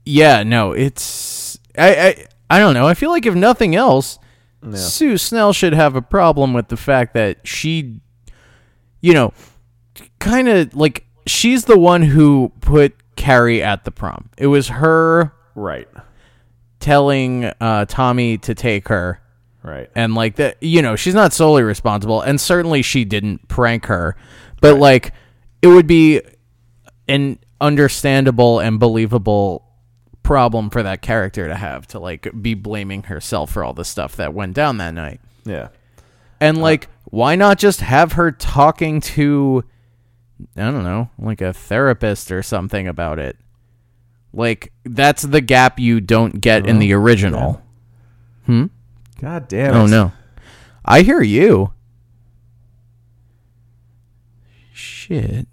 A: yeah, no, it's I I I don't know. I feel like if nothing else, Sue Snell should have a problem with the fact that she you know, kind of like she's the one who put Carrie at the prom. It was her
C: Right.
A: telling uh Tommy to take her
C: Right.
A: and like that you know she's not solely responsible and certainly she didn't prank her but like it would be an understandable and believable problem for that character to have to like be blaming herself for all the stuff that went down that night.
C: Yeah.
A: And like, why not just have her talking to, I don't know, like a therapist or something about it? Like, that's the gap you don't get in the original.
C: God damn.
A: Oh,
C: it.
A: no. I hear you. Shit.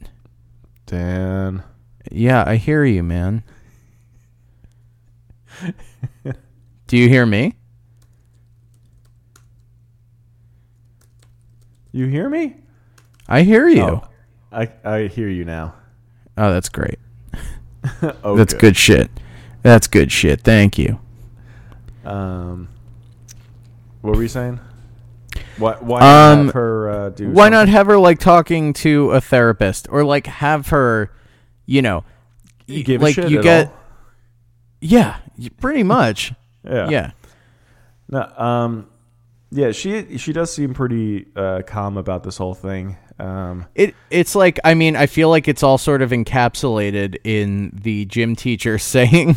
C: Dan.
A: Yeah, I hear you, man. Do you hear me?
C: You hear me?
A: I hear you. Oh,
C: I I hear you now.
A: that's great.
C: Oh,
A: That's good shit. That's good shit. Thank you.
C: Um, what were you saying? Why why not
A: Um,
C: have her uh, do?
A: Why
C: something?
A: not have her like talking to a therapist or like have her, you know,
C: You give a
A: like
C: shit
A: you
C: at
A: get
C: all?
A: yeah, y- pretty much.
C: Yeah.
A: yeah.
C: No, um, yeah, she she does seem pretty uh, calm about this whole thing. Um,
A: It it's like I mean I feel like it's all sort of encapsulated in the gym teacher saying,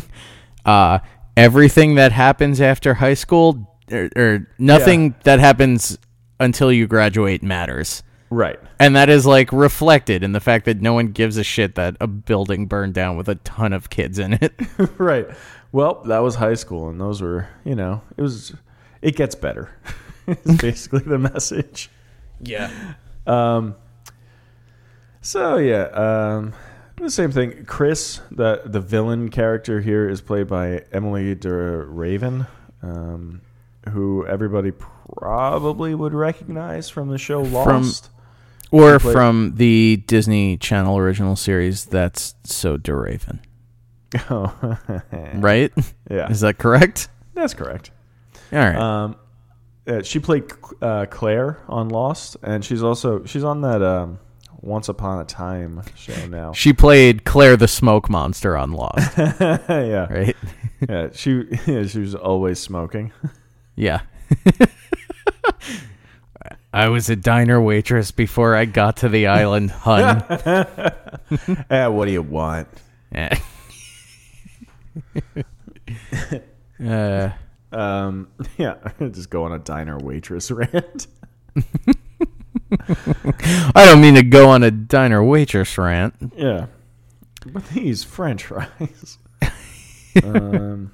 A: uh, everything that happens after high school or, or nothing that happens until you graduate matters,
C: right.
A: and that is like reflected in the fact that no one gives a shit that a building burned down with a ton of kids in it.
C: right. Well, that was high school, and those were, you know, it was, it gets better. is basically the message.
A: yeah,
C: Um, so yeah, um, the same thing. Chris, the the villain character here, is played by Emily de Raven, um, who everybody probably would recognize from the show Lost.
A: or
C: play-
A: from the Disney Channel original series that's so Duraven,
C: oh,
A: right?
C: yeah,
A: Is that correct?
C: that's correct.
A: All right.
C: Um, uh, she played uh, Claire on Lost, and she's also she's on that um, Once Upon a Time show now.
A: She played Claire the Smoke Monster on Lost,
C: yeah,
A: right?
C: yeah. She yeah, she was always smoking.
A: yeah. I was a diner waitress before I got to the island, hun.
C: Eh, what do you want?
A: Eh. uh,
C: Um, yeah, just go on a diner waitress rant.
A: I don't mean to go on a diner waitress rant.
C: yeah, but these French fries. um,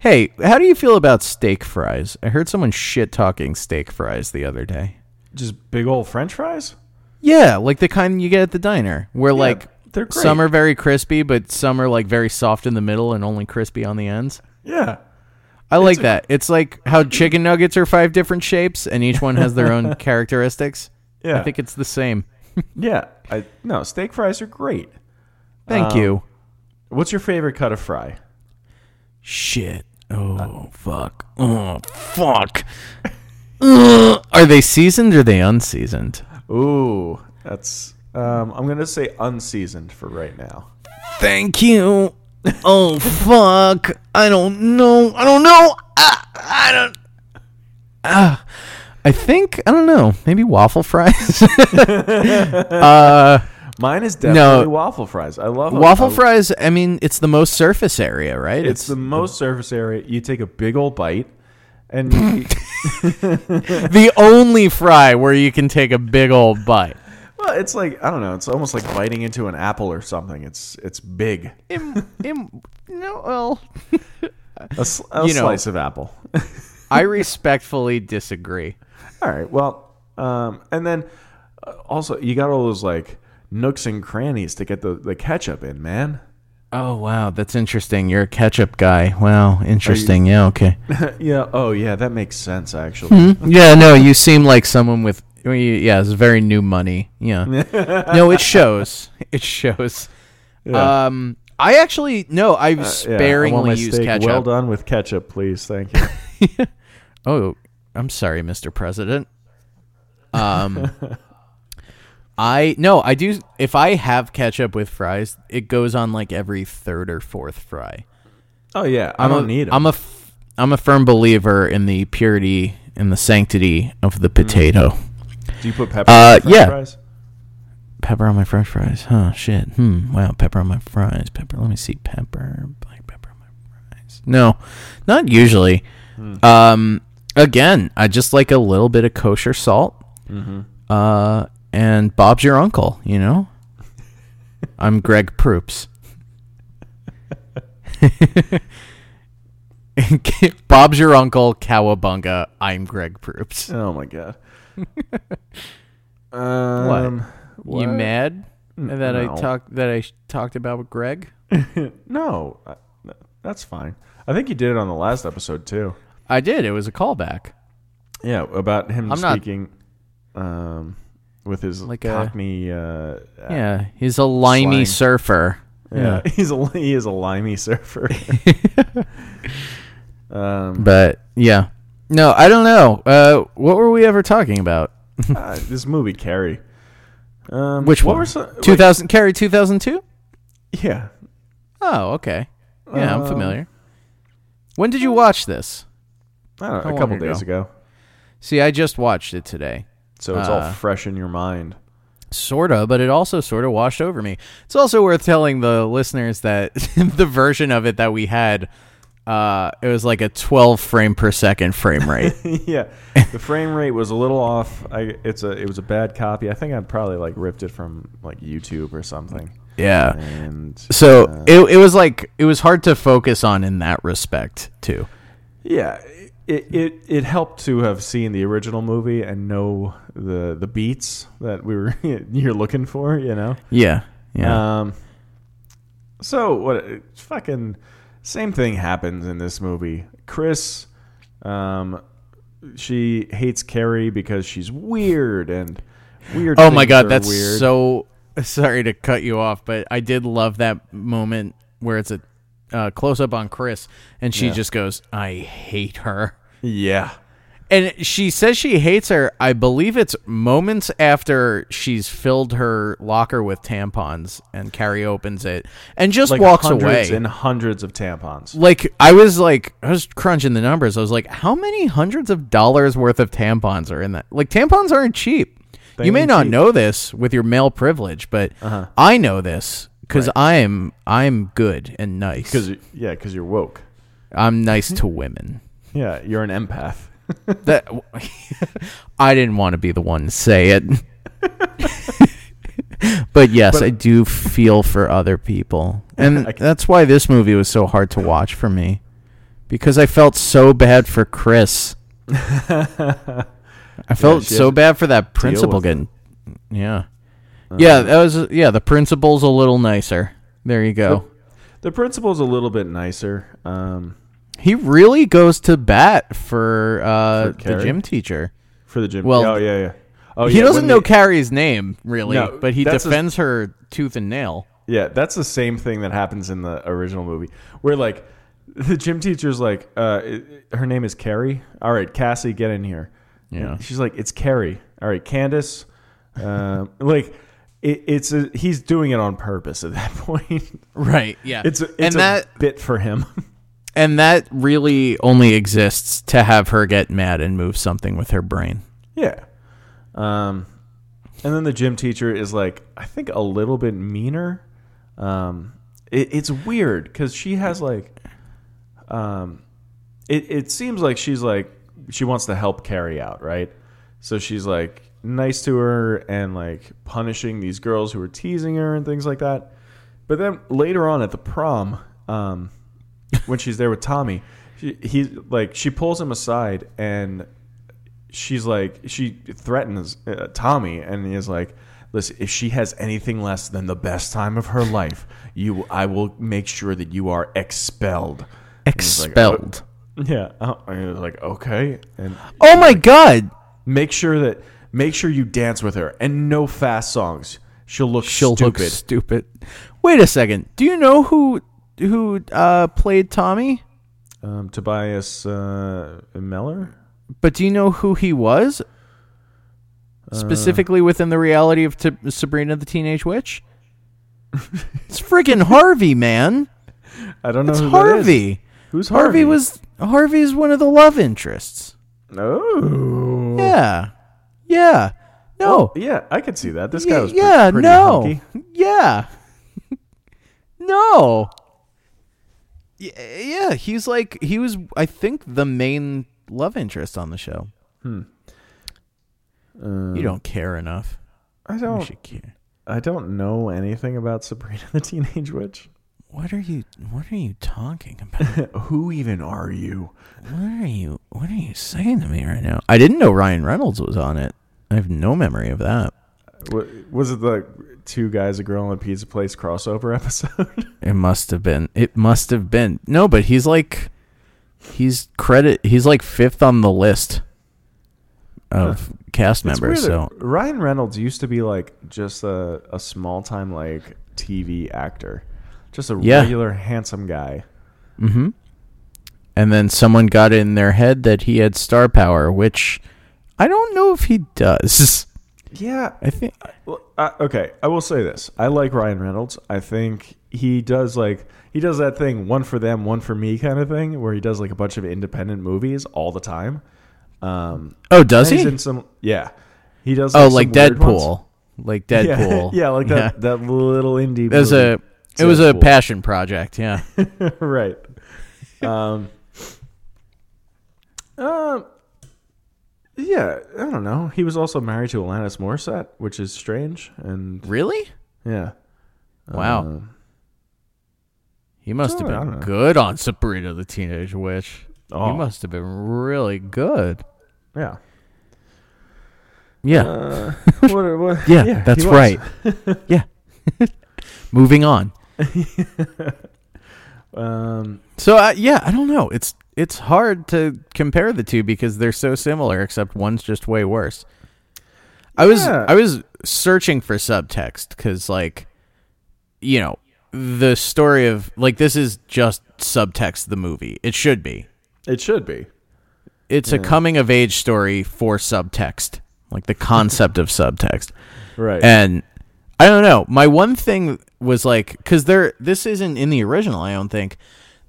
A: Hey, how do you feel about steak fries? I heard someone shit talking steak fries the other day.
C: just big old French fries.
A: Yeah, like the kind you get at the diner, where like
C: they're great.
A: some are very crispy, but some are like very soft in the middle and only crispy on the ends.
C: Yeah,
A: I like that. It's like how chicken nuggets are five different shapes and each one has their own characteristics.
C: yeah,
A: I think it's the same.
C: yeah. I no steak fries are great.
A: Thank you.
C: What's your favorite cut of fry?
A: Shit. Oh, fuck. Oh, fuck. Ugh. Are they seasoned or they unseasoned?
C: Ooh, that's. Um, I'm gonna say unseasoned for right now.
A: Thank you. Oh, fuck. I don't know. I don't know. Ah, I don't. Ah. I think, I don't know. Maybe waffle fries?
C: Mine is definitely
A: No.
C: waffle fries. I love
A: waffle
C: I-
A: fries, I mean, it's the most surface area, right?
C: It's the most surface area. You take a big old bite, and you,
A: the only fry where you can take a big old bite.
C: Well, it's like I don't know. It's almost like biting into an apple or something. It's it's big.
A: Im, im, no, well,
C: A, sl- a
A: You know.
C: slice of apple.
A: I respectfully disagree.
C: all right. Well, um, and then uh, also you got all those like nooks and crannies to get the, the ketchup in, man.
A: Oh wow, that's interesting. You're a ketchup guy. Wow, interesting. Yeah, okay.
C: yeah. Oh yeah, that makes sense
A: Hmm?
C: actually.
A: yeah, no, you seem like someone with well, you- yeah, it's very new money. Yeah. no, it shows. It shows.
C: Yeah.
A: Um, Uh, I actually no, I've
C: Yeah, I want
A: sparingly
C: my
A: used
C: steak
A: ketchup.
C: Well done with ketchup, please. Thank you.
A: Oh, I'm sorry, Mr. President. Um, I no, I do. If I have ketchup with fries, it goes on like every third or fourth fry.
C: oh yeah, I
A: a,
C: don't need 'em.
A: I'm a f- I'm a firm believer in the purity and the sanctity of the potato.
C: Do you put pepper?
A: Uh,
C: on french
A: yeah.
C: Fries?
A: pepper on my french fries. Huh, shit. Hmm, wow, pepper on my fries. Pepper, let me see. Pepper, black pepper on my fries. No, not usually. Um, again, I just like a little bit of kosher salt. Uh, and Bob's your uncle, you know? I'm Greg Proops. Bob's your uncle, cowabunga. I'm Greg Proops.
C: Oh my god. um,
A: You mad that
C: no.
A: I talked that I sh- talked about with Greg?
C: No, I- that's fine. I think you did it on the last episode too.
A: I did. It was a callback.
C: Yeah, about him
A: I'm not-
C: speaking um, with his
A: Like
C: like
A: a-
C: Cockney. Uh,
A: Yeah, he's a limey
C: Slang.
A: surfer.
C: yeah, he's a he is a limey surfer. um,
A: But yeah, no, I don't know. Uh, what were we ever talking about?
C: uh, this movie Carrie. Um,
A: Which
C: what
A: one?
C: Were some,
A: Two thousand carry two thousand two.
C: yeah,
A: Oh, okay. Yeah, I'm
C: Um,
A: familiar. When did you watch this?
C: I don't
A: How
C: know,
A: long
C: a couple days ago.
A: See, I just watched it today.
C: So it's
A: Uh,
C: all fresh in your mind.
A: Sorta, but it also sort of washed over me. It's also worth telling the listeners that the version of it that we had, uh, it was like a 12 frame per second frame rate.
C: yeah, the frame rate was a little off. I, it's a it was a bad copy. I think I probably like ripped it from like YouTube or something.
A: yeah.
C: And
A: So it, it was like it was hard to focus on in that respect too.
C: yeah, it, it it helped to have seen the original movie and know the the beats that we were you're looking for. You know.
A: Yeah. Yeah.
C: Um. So what? it's Fucking same thing happens in this movie. Chris, um, she hates Carrie because she's weird and weird.
A: oh my
C: things
A: god,
C: are
A: that's
C: weird.
A: so sorry to cut you off, but I did love that moment where it's a uh, close up on Chris and she just goes, "I hate her."
C: Yeah.
A: And she says she hates her. I believe it's moments after she's filled her locker with tampons and Carrie opens it and just walks away.
C: hundreds and hundreds of tampons.
A: like I was like I was crunching the numbers. I was like, how many hundreds of dollars worth of tampons are in that? Like tampons aren't cheap. you may
C: ain't
A: not
C: cheap. Uh-huh.
A: know this with your male privilege, but I know this because I'm I'm good and nice.
C: Cause, yeah, because you're woke.
A: I'm nice to women.
C: Yeah, you're an empath.
A: That I didn't want to be the one to say it. but yes, I do feel for other people. And that's why this movie was so hard to watch for me. Because I felt so bad for Chris. I felt
C: she
A: so
C: has to
A: bad for that principal
C: with it. Uh-huh.
A: getting Yeah. yeah, that was yeah, the principal's a little nicer. There you go.
C: The principal's a little bit nicer. Um,
A: He really goes to bat for uh
C: For
A: the
C: Carrie?
A: gym teacher.
C: for the gym.
A: Well,
C: oh yeah, yeah. Oh,
A: he
C: yeah,
A: doesn't
C: when
A: know
C: they-
A: Carrie's name really,
C: No,
A: but he
C: that's a-
A: defends her tooth and nail.
C: Yeah, that's the same thing that happens in the original movie, where like the gym teacher's like, uh, it- her name is Carrie. All right, Cassie, get in here.
A: Yeah.
C: she's like, it's Carrie. All right, Candace. Um, like, it, it's a, he's doing it on purpose at that point.
A: Right. Yeah.
C: It's a, it's
A: and
C: a
A: that
C: bit for him.
A: and that really only exists to have her get mad and move something with her brain.
C: yeah. Um, and then the gym teacher is like, I think a little bit meaner. Um, it, it's weird because she has like, um, it it seems like she's like she wants to help carry out right, so she's like nice to her and like punishing these girls who are teasing her and things like that. But then later on at the prom, um, when she's there with Tommy, she, he like she pulls him aside and she's like she threatens uh, Tommy and he is like listen if she has anything less than the best time of her life you I will make sure that you are expelled And he's like, "Oh."
A: Expelled.
C: yeah oh, and he was like okay and
A: oh my god.
C: make sure that make sure you dance with her and no fast songs she'll look
A: She'll
C: stupid
A: look stupid. Wait a second. Do you know who who uh, played Tommy?
C: um, Tobias uh, Meller
A: But do you know who he was?
C: Uh.
A: Specifically within the reality of t- Sabrina the Teenage Witch? it's freaking Harvey, man.
C: I don't know
A: It's
C: who Oh, that is.
A: Harvey.
C: who's Harvey
A: Harvey was Harvey is one of the love interests.
C: oh
A: Yeah. Yeah. No.
C: Yeah, I could see that. This
D: Y-
C: guy was pre-
D: yeah,
C: pretty
D: no,
C: hunky.
D: yeah, no.
A: Y- yeah, he's like he was. I think the main love interest on the show.
C: Hmm. Um,
A: you don't care enough.
C: I
A: You
C: don't.
A: should care.
C: I don't know anything about Sabrina the Teenage Witch.
A: What are you? What are you talking about?
C: Who even are you?
A: what are you? What are you saying to me right now? I didn't know Ryan Reynolds was on it. I have no memory of that.
C: Wa- Was it the two guys, a girl, and a pizza place crossover episode?
A: It must have been. It must have been. No, but he's like, he's credit. He's like fifth on the list of cast
C: It's
A: members.
C: weird that
A: So
C: Ryan Reynolds used to be like just a, a small time like TV actor, just a
A: Yeah.
C: regular handsome guy.
A: Mm-hmm. And then someone got it in their head that he had star power, which I don't know if he does.
C: Yeah,
A: I think
C: Well, I, okay, I will say this. I like Ryan Reynolds. I think he does like he does that thing one for them, one for me kind of thing, where he does like a bunch of independent movies all the time. Um,
A: Oh, does
C: he's
A: he?
C: in some yeah. He does.
A: oh,
C: some
A: like
C: weird ones.
A: Deadpool. Like
C: Yeah,
A: Deadpool.
C: yeah, like that
A: Yeah.
C: that little
A: It
C: indie.
A: was a
C: movie.
A: it was a
C: Deadpool.
A: passion project, yeah.
C: right. Um, um, yeah, I don't know. He was also married to Alanis Morissette, which is strange. And
A: really?
C: yeah, Um,
A: Wow. He must have
C: I don't
A: been
C: know.
A: good on Sabrina the Teenage Witch.
C: Oh.
A: He must have been really good.
C: yeah.
A: Yeah.
C: Uh, what, what,
A: yeah,
C: he
A: that's
C: was.
A: right. yeah. Moving on.
C: Um,
A: So uh, yeah, I don't know. It's it's hard to compare the two because they're so similar, except one's just way worse. I was
C: Yeah.
A: I was searching for subtext because like, you know, the story of like this is just subtext the movie. It should be.
C: it should be.
A: It's a coming of age story for subtext, like the concept of subtext.
C: Right.
A: And I don't know. My one thing was like because there this isn't in the original. I don't think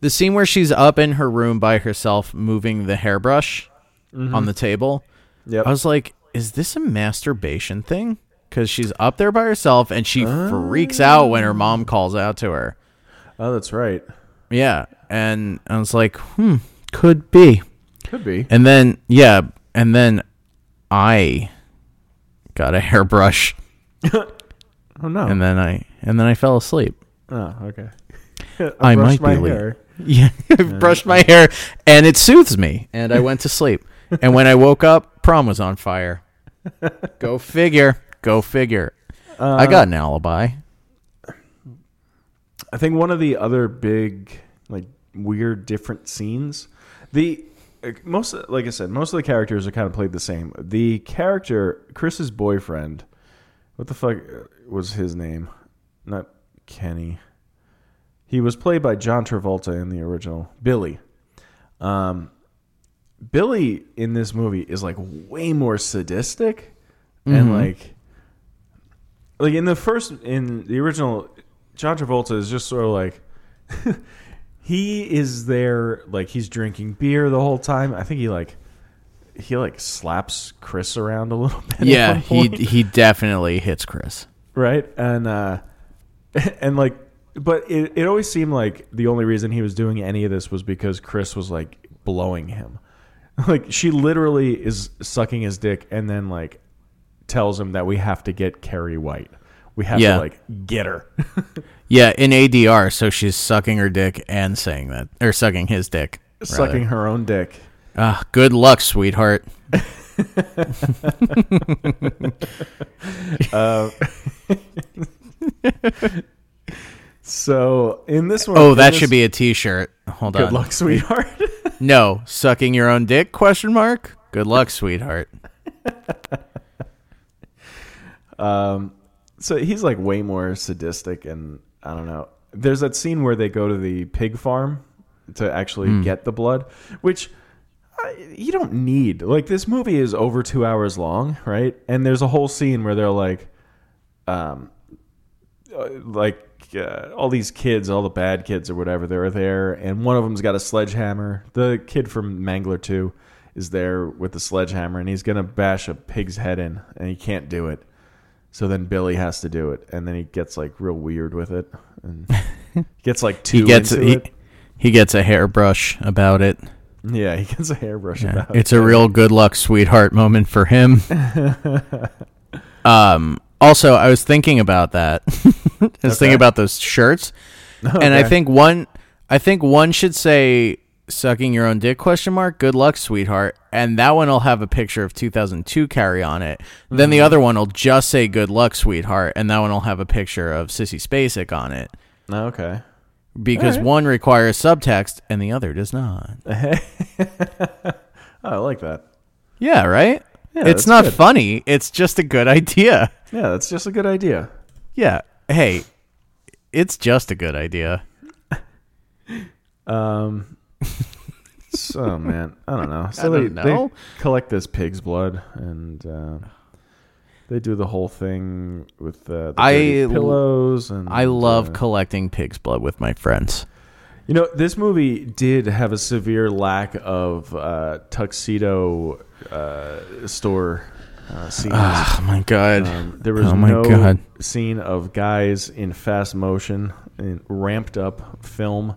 A: the scene where she's up in her room by herself moving the hairbrush on the table.
C: Yep.
A: I was like, is this a masturbation thing? Because she's up there by herself and she freaks out when her mom calls out to her.
C: oh, that's right.
A: Yeah, and I was like, hmm, could be.
C: Could be.
A: And then yeah, and then I got a hairbrush
C: Oh no.
A: and then I and then I fell asleep.
C: oh, okay.
A: I,
C: brushed
A: might be
C: my
A: late.
C: hair.
A: Yeah, I brushed my hair, and it soothes me. And I went to sleep. and when I woke up, prom was on fire. Go figure. Go figure. I got an alibi.
C: Um, I think one of the other big, like weird, different scenes. The like, most, like I said, most of the characters are kind of played the same. The character Chris's boyfriend, what the fuck was his name? Not Kenny. He was played by John Travolta in the original. Billy. Um, Billy in this movie is like way more sadistic
A: Mm-hmm.
C: and like like in the first in the original John Travolta is just sort of like he is there like he's drinking beer the whole time. I think he like he like slaps Chris around a little bit. at
A: Yeah,
C: one
A: he
C: point
A: he definitely hits Chris.
C: right and uh and like but it, it always seemed like the only reason he was doing any of this was because chris was like blowing him like she literally is sucking his dick and then like tells him that we have to get carrie white we have
A: Yeah.
C: to like get her
A: Yeah, in ADR, so she's sucking her dick and saying that, or sucking his dick. rather.
C: sucking her own dick
A: Ah, good luck, sweetheart.
C: so in this one
A: Oh,
C: in
A: that
C: this-
A: should be a T-shirt. Hold on.
C: good luck sweetheart
A: No, sucking your own dick? Question mark. Good luck, sweetheart.
C: so he's like way more sadistic and i don't know there's that scene where they go to the pig farm to actually
A: Hmm.
C: get the blood which uh, you don't need like this movie is over two hours long right and there's a whole scene where they're like um uh, like uh, all these kids all the bad kids or whatever they're there and one of them's got a sledgehammer the kid from mangler 2 is there with the sledgehammer and he's going to bash a pig's head in and he can't do it. So then Billy has to do it and then he gets like real weird with it and gets like two
A: He gets
C: into
A: he,
C: it.
A: he gets a hairbrush about it.
C: Yeah, he gets a hairbrush
A: Yeah,
C: about
A: it's
C: it.
A: a real good luck sweetheart moment for him. um, also, I was thinking about that. I was
C: Okay.
A: thinking about those shirts, and I
C: Okay.
A: think one, I think one should say "sucking your own dick?" question mark Good luck, sweetheart, and that one will have a picture of 2002 carry on it. Then
C: Mm-hmm.
A: the other one will just say "Good luck, sweetheart," and that one will have a picture of Sissy Spacek on it
C: Okay.
A: because one requires subtext and the other does not.
C: Oh, I like that.
A: Yeah, right.
C: that's
A: it's not
C: good.
A: funny. It's just a good idea.
C: Yeah, that's just a good idea.
A: Yeah. Hey, it's just a good idea.
C: Um, so oh, man, I don't know. So they,
A: don't
C: they
A: know.
C: collect this pig's blood, and uh, they do the whole thing with uh, the
A: I
C: dirty
A: l-
C: pillows. And
A: I love
C: uh,
A: collecting pig's blood with my friends.
C: you know this movie did have a severe lack of uh, tuxedo uh, store uh, scenes.
A: Oh my god.
C: Um, there was
A: Oh my
C: no
A: God.
C: scene of guys in fast motion in ramped up film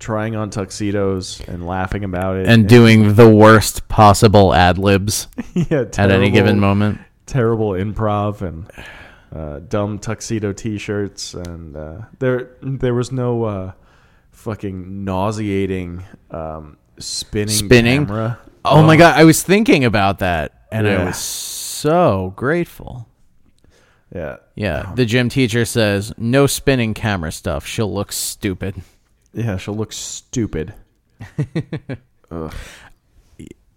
C: trying on tuxedos and laughing about it
A: and doing the worst possible ad libs
C: yeah,
A: at any
C: terrible-
A: given moment.
C: terrible improv and uh, dumb tuxedo t-shirts and uh, there there was no uh, fucking nauseating um, spinning
A: Spinning?
C: camera
A: Oh my god, I was thinking about that and
C: Yeah.
A: I was so grateful. Um,
C: yeah
A: Yeah, the gym teacher says no spinning camera stuff. She'll look stupid.
C: yeah she'll look stupid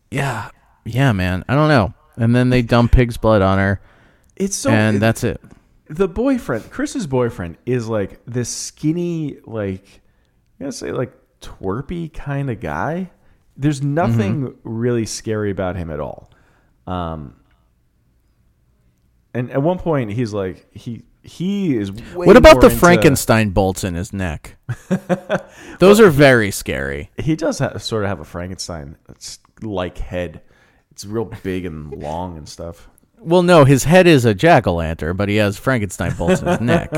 A: Yeah. Yeah, man. I don't know. And then they dump pig's blood on her
C: it's so
A: and
C: it-
A: that's it.
C: the boyfriend, Chris's boyfriend, is like this skinny, like I'm gonna say like twerpy kind of guy. There's
A: Mm-hmm.
C: nothing really scary about him at all. Um, and at one point, he's like he he is. Way
A: What about
C: more
A: the
C: into-
A: Frankenstein bolts in his neck? Those are very scary.
C: He does have, sort of have a Frankenstein like head. It's real big and long and stuff.
A: Well, no, his head is a jack o' lantern, but he has Frankenstein bolts in his neck.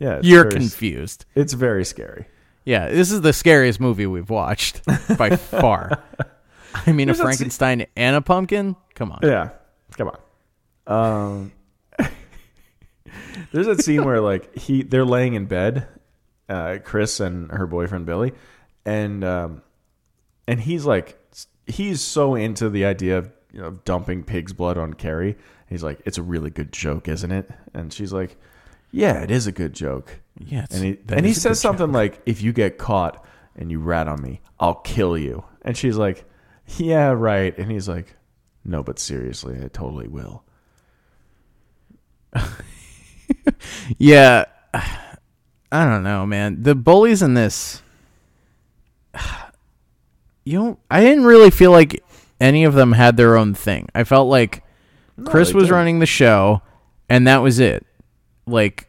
C: Yeah, it's
A: You're
C: very-
A: confused.
C: It's very scary.
A: Yeah, this is the scariest movie we've watched by far. I mean, a
C: There's that scene-
A: Frankenstein and a pumpkin? Come on.
C: Yeah. Come on. Um, there's that scene where like he they're laying in bed, uh, Chris and her boyfriend Billy, and um, and he's like he's so into the idea of you know dumping pig's blood on Carrie. He's like, it's a really good joke, isn't it? And she's like, yeah, it is a good joke.
A: Yeah, it's-
C: and he
A: that
C: and he
A: is a
C: says
A: good
C: something like, if you get caught and you rat on me, I'll kill you. And she's like, yeah, right. And he's like, no, but seriously, I totally will.
A: Yeah. I don't know, man. The bullies in this you don't I didn't really feel like any of them had their own thing. I felt like Chris
C: they
A: was
C: didn't.
A: running the show and that was it. Like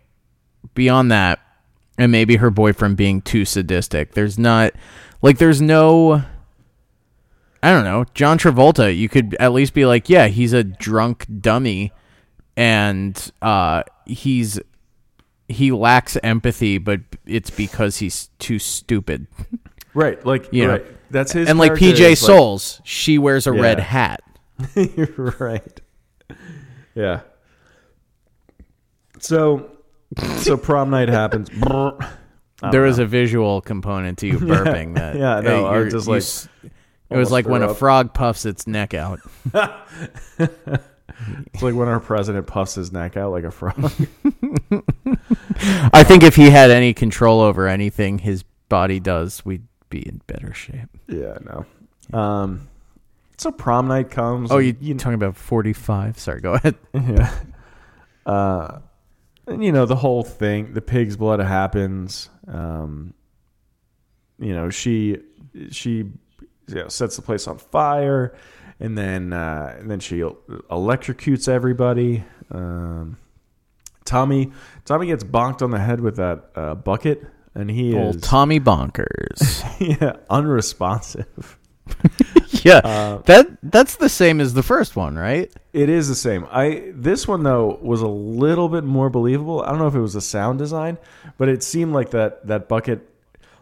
A: beyond that and maybe her boyfriend being too sadistic. There's not like there's no I don't know. John Travolta, you could at least be like, yeah, he's a drunk dummy and uh he's he lacks empathy, but it's because he's too stupid.
C: Right. Like,
A: You know.
C: right. That's his.
A: and like
C: character
A: PJ
C: is, like-
A: Souls, she wears a red
C: Yeah.
A: hat.
C: You're right. Yeah. So, so prom night happens. Brr.
A: There is a visual component to you burping that.
C: Yeah, I know.
A: uh,
C: I
A: you're-
C: just,
A: you
C: like,
A: s- it was like
C: threw
A: when a
C: up.
A: frog puffs its neck out.
C: It's like when our president puffs his neck out like a frog.
A: I think if he had any control over anything his body does, we'd be in better shape.
C: yeah, no. Um, so prom night comes.
A: Oh,
C: and,
A: you you talking about forty five? Sorry, go ahead.
C: yeah. Uh, and you know the whole thing, the pig's blood happens. Um, you know she she you know, sets the place on fire, and then uh, and then she electrocutes everybody. Um, Tommy Tommy gets bonked on the head with that uh, bucket, and he
A: Old
C: is
A: Tommy Bonkers.
C: yeah, unresponsive.
A: yeah,
C: Uh,
A: that that's the same as the first one, right?
C: It is the same. I this one though was a little bit more believable. I don't know if it was the sound design, but it seemed like that that bucket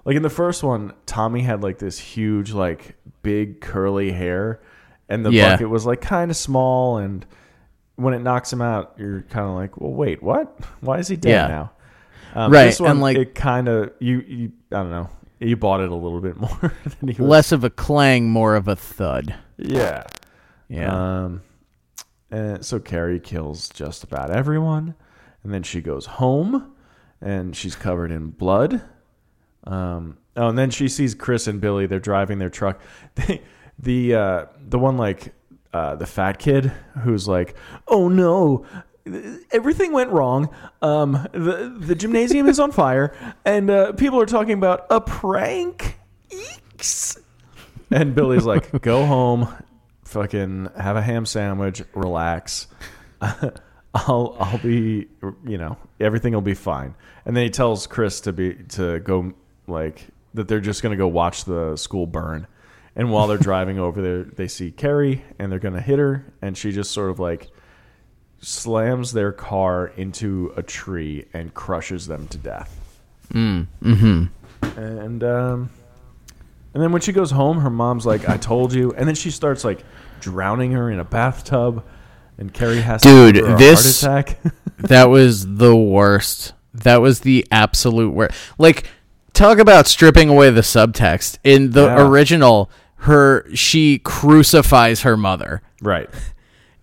C: like in the first one, Tommy had like this huge like big curly hair and the
A: Yeah.
C: bucket was like kind of small and when it knocks him out, you're kind of like, "Well, wait, what? Why is he dead
A: Yeah.
C: now?" Um,
A: Right,
C: This one,
A: and, like-
C: it kind of you, you I don't know. You bought it a little bit more than he was.
A: Less of a clang, more of a thud.
C: yeah.
A: Yeah.
C: Um, and so Carrie kills just about everyone, and then she goes home, and she's covered in blood. Um, oh, and then she sees Chris and Billy. They're driving their truck. They, the uh, the one like uh, the fat kid who's like, oh no. Everything went wrong. Um, the the gymnasium is on fire, and uh, people are talking about a prank. Eeks. And Billy's like, go home, fucking have a ham sandwich, relax. I'll I'll be you know, everything will be fine. And then he tells Chris to be to go like that they're just gonna go watch the school burn. And while they're driving over there, they see Carrie and they're gonna hit her and she just sort of like slams their car into a tree and crushes them to death. Mm. Mm-hmm. And um and then when she goes home, her mom's like, "I told you." And then she starts like drowning her in a bathtub, and Carrie has
A: Dude,
C: to give her
A: this-
C: a heart attack.
A: That was the worst. That was the absolute worst. Like, talk about stripping away the subtext. In the
C: Yeah.
A: original, her she crucifies her mother.
C: right.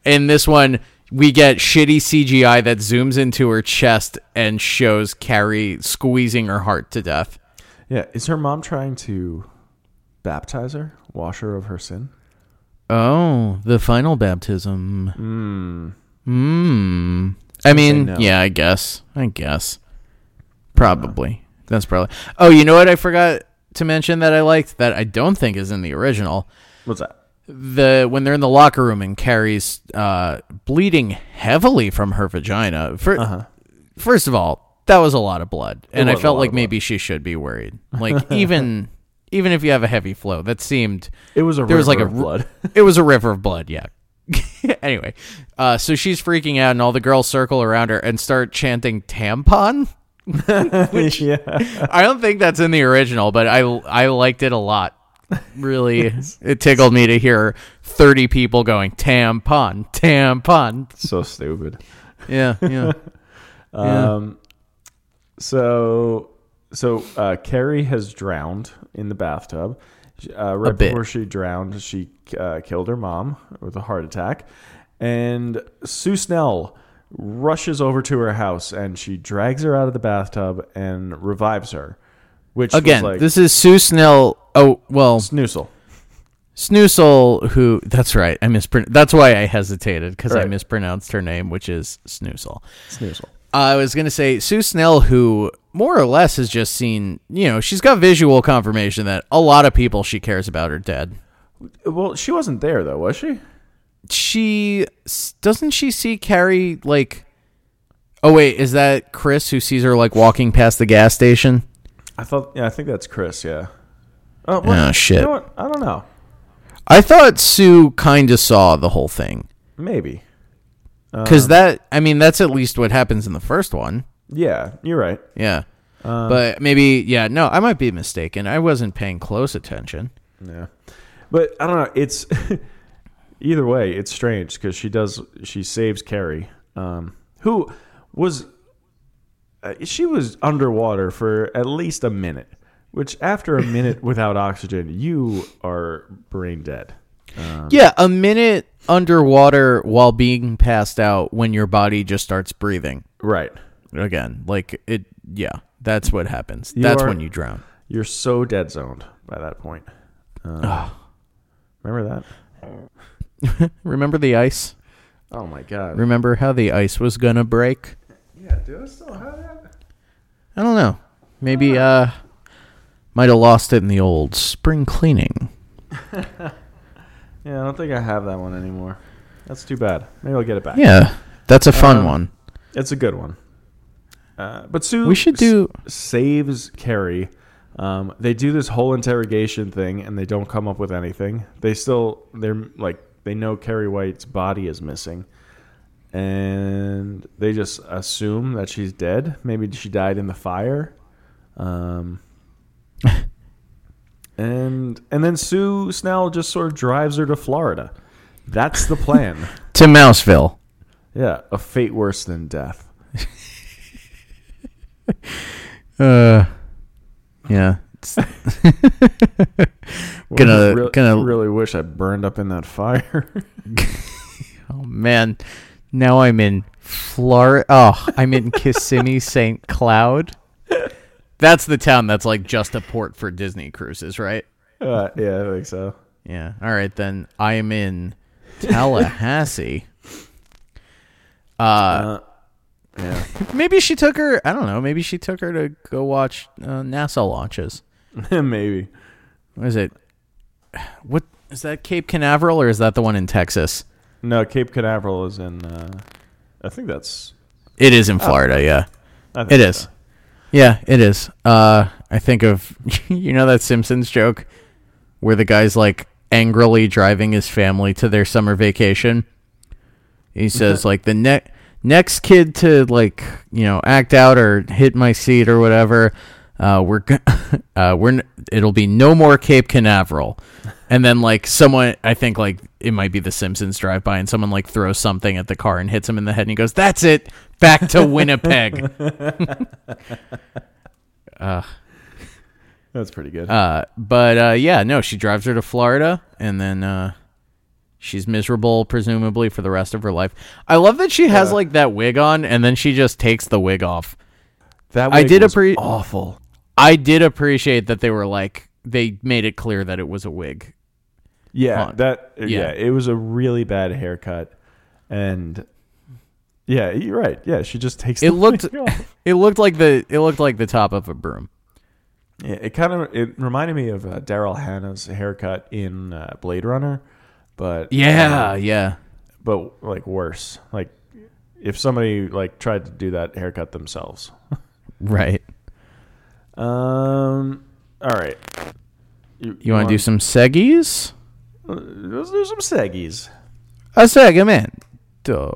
A: In this one, we get shitty CGI that zooms into her chest and shows Carrie squeezing her heart to death.
C: Yeah. Is her mom trying to baptize her, wash her of her sin?
A: Oh, the final baptism. Hmm. Hmm. I mean,
C: no.
A: yeah, I guess. I guess. Probably. That's probably. Oh, you know what? I forgot to mention that I liked that I don't think is in the original.
C: What's that?
A: The when they're in the locker room and Carrie's uh, bleeding heavily from her vagina. For, First of all, that was a lot of blood, and I
C: Uh-huh. was a
A: felt
C: lot
A: like
C: of blood.
A: maybe she should be worried. Like even even if you have a heavy flow, that seemed
C: It was a
A: there was like a
C: river of blood.
A: it was a river of blood, yeah. anyway, uh, so she's freaking out, and all the girls circle around her and start chanting "tampon."
C: yeah.
A: I don't think that's in the original, but I I liked it a lot. Really, it tickled me to hear thirty people going "tampon, tampon."
C: So stupid.
A: Yeah, yeah.
C: Um. So so uh, Carrie has drowned in the bathtub. Uh, right
A: bit.
C: before she drowned, she uh, killed her mom with a heart attack, and Sue Snell rushes over to her house and she drags her out of the bathtub and revives her. Which was
A: Again,
C: like,
A: this is Sue Snell. Oh well,
C: Snoozle.
A: Snoozle. Who? That's right. I mispron. That's why I hesitated because I
C: Right.
A: mispronounced her name, which is Snoozle.
C: Snoozle.
A: I was going to say Sue Snell, who more or less has just seen, you know, she's got visual confirmation that a lot of people she cares about are dead.
C: Well, she wasn't there though, was she?
A: She doesn't she see Carrie like. Oh wait, is that Chris who sees her like walking past the gas station?
C: I thought. Yeah, I think that's Chris. Yeah. Oh, well,
A: Oh, shit.
C: You know what? I don't know.
A: I thought Sue kind of saw the whole thing
C: Maybe.
A: because that I mean that's at least what happens in the first one.
C: Yeah, you're right.
A: Yeah, but maybe yeah. No, I might be mistaken. I wasn't paying close attention.
C: Yeah, but I don't know. It's either way. It's strange because she does. She saves Carrie, um, who was uh, she was underwater for at least a minute. Which after a minute without oxygen, you are brain dead.
A: Yeah, a minute underwater while being passed out when your body just starts breathing
C: Right.
A: again. Like it, yeah, that's what happens. that's
C: are-
A: when you drown.
C: You're so dead zoned by that point. Uh, remember that?
A: Remember the ice?
C: Oh my god.
A: Remember how the ice was gonna break?
C: Yeah, do I still have that?
A: I don't know. Maybe uh, might have lost it in the old spring cleaning.
C: Yeah, I don't think I have that one anymore. That's too bad. Maybe I'll get it back.
A: Yeah, that's a fun
C: Um,
A: one.
C: It's a good one. Uh, but Sue,
A: We should do-
C: s- saves Carrie Um, they do this whole interrogation thing, and they don't come up with anything. They still they're like they know Carrie White's body is missing, and they just assume that she's dead. Maybe she died in the fire. Um, and and then Sue Snell just sort of drives her to Florida. That's the plan.
A: To Mouseville.
C: yeah, a fate worse than death.
A: Uh, yeah. It's- Gonna-
C: I really,
A: gonna-
C: really wish I burned up in that fire.
A: oh man, now I'm in Florida. Oh, I'm in Kissimmee, St. Cloud. That's the town that's like just a port for Disney cruises, right?
C: uh, yeah, I think so.
A: Yeah. All right, then I am in Tallahassee.
C: Uh, yeah.
A: Maybe she took her. I don't know. Maybe she took her to go watch uh, NASA launches.
C: Uh, Maybe.
A: What is it? What is that? Cape Canaveral, or is that the one in Texas?
C: No, Cape Canaveral is in. Uh, I think that's.
A: It is in Florida. Yeah,
C: I think
A: it is.
C: so.
A: Yeah, it is. Uh, I think of you know that Simpsons joke where the guy's like angrily driving his family to their summer vacation. He says like the next next kid to like you know act out or hit my seat or whatever, uh, we're go- uh, we're n- it'll be no more Cape Canaveral. And then like someone, I think like it might be the Simpsons drive by, and someone like throws something at the car and hits him in the head, and he goes, "That's it, back to Winnipeg."
C: That's pretty good.
A: Uh, but uh, yeah, no, she drives her to Florida, and then uh, she's miserable, presumably for the rest of her life. I love that she has like that wig on, and then she just takes the wig off.
C: that
A: I
C: wig
A: did
C: was
A: appre-
C: awful.
A: I did appreciate that they were like they made it clear that it was a wig.
C: Yeah,
A: on.
C: that. uh, Yeah.
A: Yeah.
C: it was a really bad haircut, and yeah, you're right. Yeah, she just takes.
A: It
C: the
A: looked
C: wig off.
A: it looked like the it looked like the top of a broom.
C: Yeah, it kind of it reminded me of uh, Daryl Hannah's haircut in uh, Blade Runner, but uh,
A: Yeah, yeah.
C: but like worse. Like if somebody like tried to do that haircut themselves.
A: Right.
C: Um. All right.
A: You want to do some seggies?
C: some? Let's do some seggies.
A: A segment. Oh.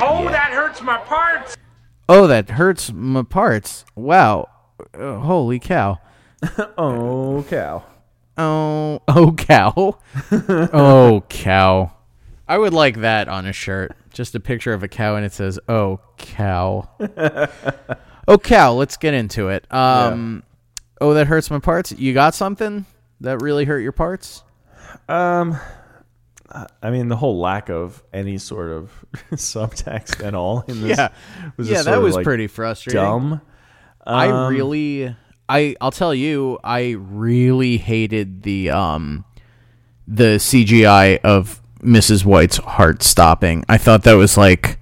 E: Oh, that hurts my parts.
A: Oh, that hurts my parts. Wow. Uh, holy cow.
C: Oh cow!
A: Oh, oh cow. oh cow. I would like that on a shirt. Just a picture of a cow and it says, "Oh cow." oh cow, let's get into it. Um Oh, that hurts my parts. You got something that really hurt your parts?
C: I mean, the whole lack of any sort of subtext at all in this.
A: Yeah.
C: was
A: yeah,
C: just
A: that
C: sort of,
A: was
C: like,
A: pretty frustrating.
C: dumb.
A: I really I I'll tell you, I really hated the um the CGI of Mrs. White's heart stopping. I thought that was like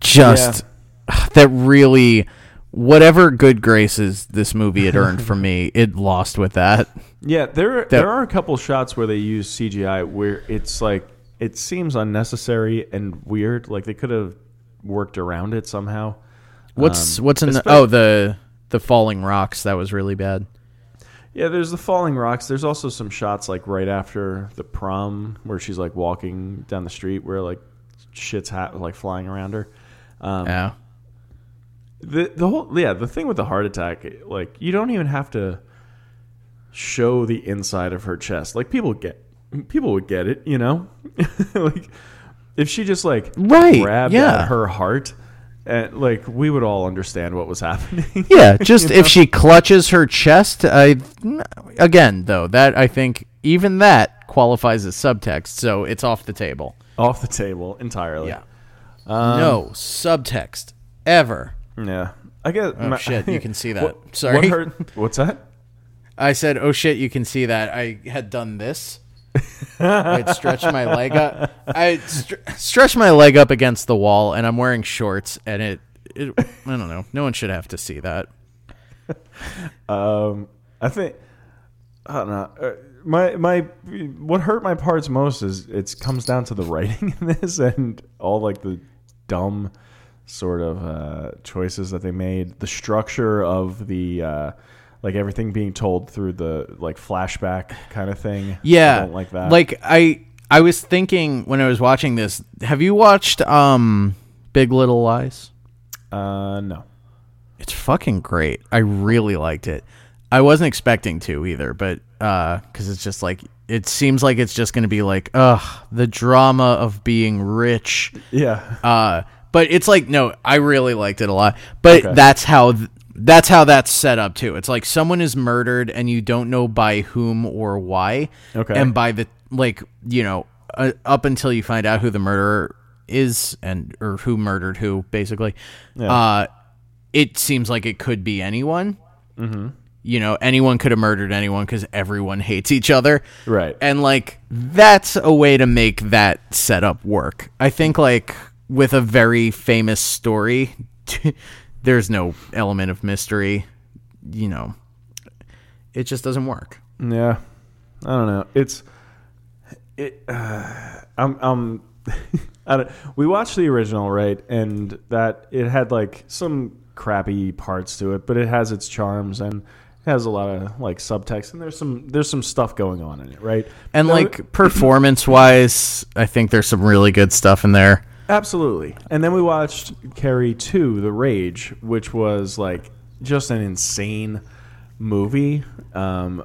A: just that really whatever good graces this movie had earned for me, it lost with that.
C: Yeah, there there are a couple shots where they use CGI where it's like it seems unnecessary and weird. Like they could have worked around it somehow.
A: What's what's in the
C: espe-
A: Oh, the the falling rocks, that was really bad.
C: Yeah, there's the falling rocks. There's also some shots like right after the prom where she's like walking down the street where like shit's ha- like flying around her.
A: Yeah.
C: The the whole yeah, the thing with the heart attack, like you don't even have to show the inside of her chest. Like people get people would get it, you know? like if she just like
A: Right,
C: grabbed
A: yeah.
C: at her heart and like we would all understand what was happening.
A: Yeah, just if she clutches her chest, I again though that I think even that qualifies as subtext, so it's off the table.
C: Off the table entirely.
A: Yeah. no subtext ever.
C: Yeah. I guess
A: Oh shit, you can see that.
C: What-
A: Sorry,
C: What hurt, what's that?
A: I said, "Oh shit, you can see that." I had done this. I'd stretched my leg up. I str- stretched my leg up against the wall, and I'm wearing shorts, and it, it. I don't know. No one should have to see that.
C: Um, I think I don't know. Uh, my my what hurt my parts most is it comes down to the writing in this and all like the dumb sort of uh, choices that they made, the structure of the uh, like everything being told through the like flashback kind of thing.
A: Yeah,
C: I don't like that.
A: Like I, I was thinking when I was watching this. Have you watched um Big Little Lies?
C: uh, no,
A: It's fucking great. I really liked it. I wasn't expecting to either, but uh, because it's just like it seems like it's just gonna be like, ugh, the drama of being rich.
C: yeah,
A: Uh, but it's like no, I really liked it a lot. But that's how th- that's how that's set up too. It's like someone is murdered and you don't know by whom or why.
C: Okay.
A: And by the like, you know, uh, up until you find out who the murderer is and or who murdered who, basically. Uh, it seems like it could be anyone. Mm-hmm. You know, anyone could have murdered anyone because everyone hates each other.
C: Right.
A: And like that's a way to make that setup work. I think like with a very famous story, there's no element of mystery, you know. It just doesn't work.
C: yeah. I don't know. It's it. Uh, I'm I'm. I don't, we watched the original, right? And that it had like some crappy parts to it, but it has its charms and it has a lot of like subtext and there's some there's some stuff going on in it, right?
A: And
C: Now-
A: like performance wise, I think there's some really good stuff in there.
C: Absolutely. And then we watched Carrie 2, The Rage, which was like just an insane movie. Um,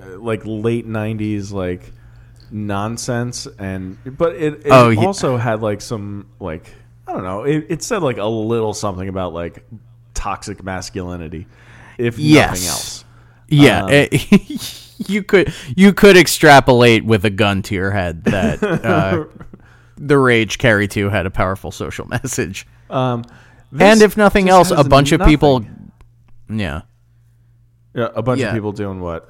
C: uh, like late 90s, like nonsense. And, but it, it
A: Oh, yeah.
C: also had like some, like, I don't know, it, it said like a little something about like toxic masculinity, if nothing
A: Yes.
C: else.
A: Yeah,
C: Um,
A: it- you could you could extrapolate with a gun to your head that uh, the rage carry two had a powerful social message,
C: Um,
A: and
C: this
A: if nothing
C: just
A: else, a
C: has
A: bunch of people,
C: nothing.
A: yeah,
C: Yeah, a bunch of
A: Yeah.
C: people doing what?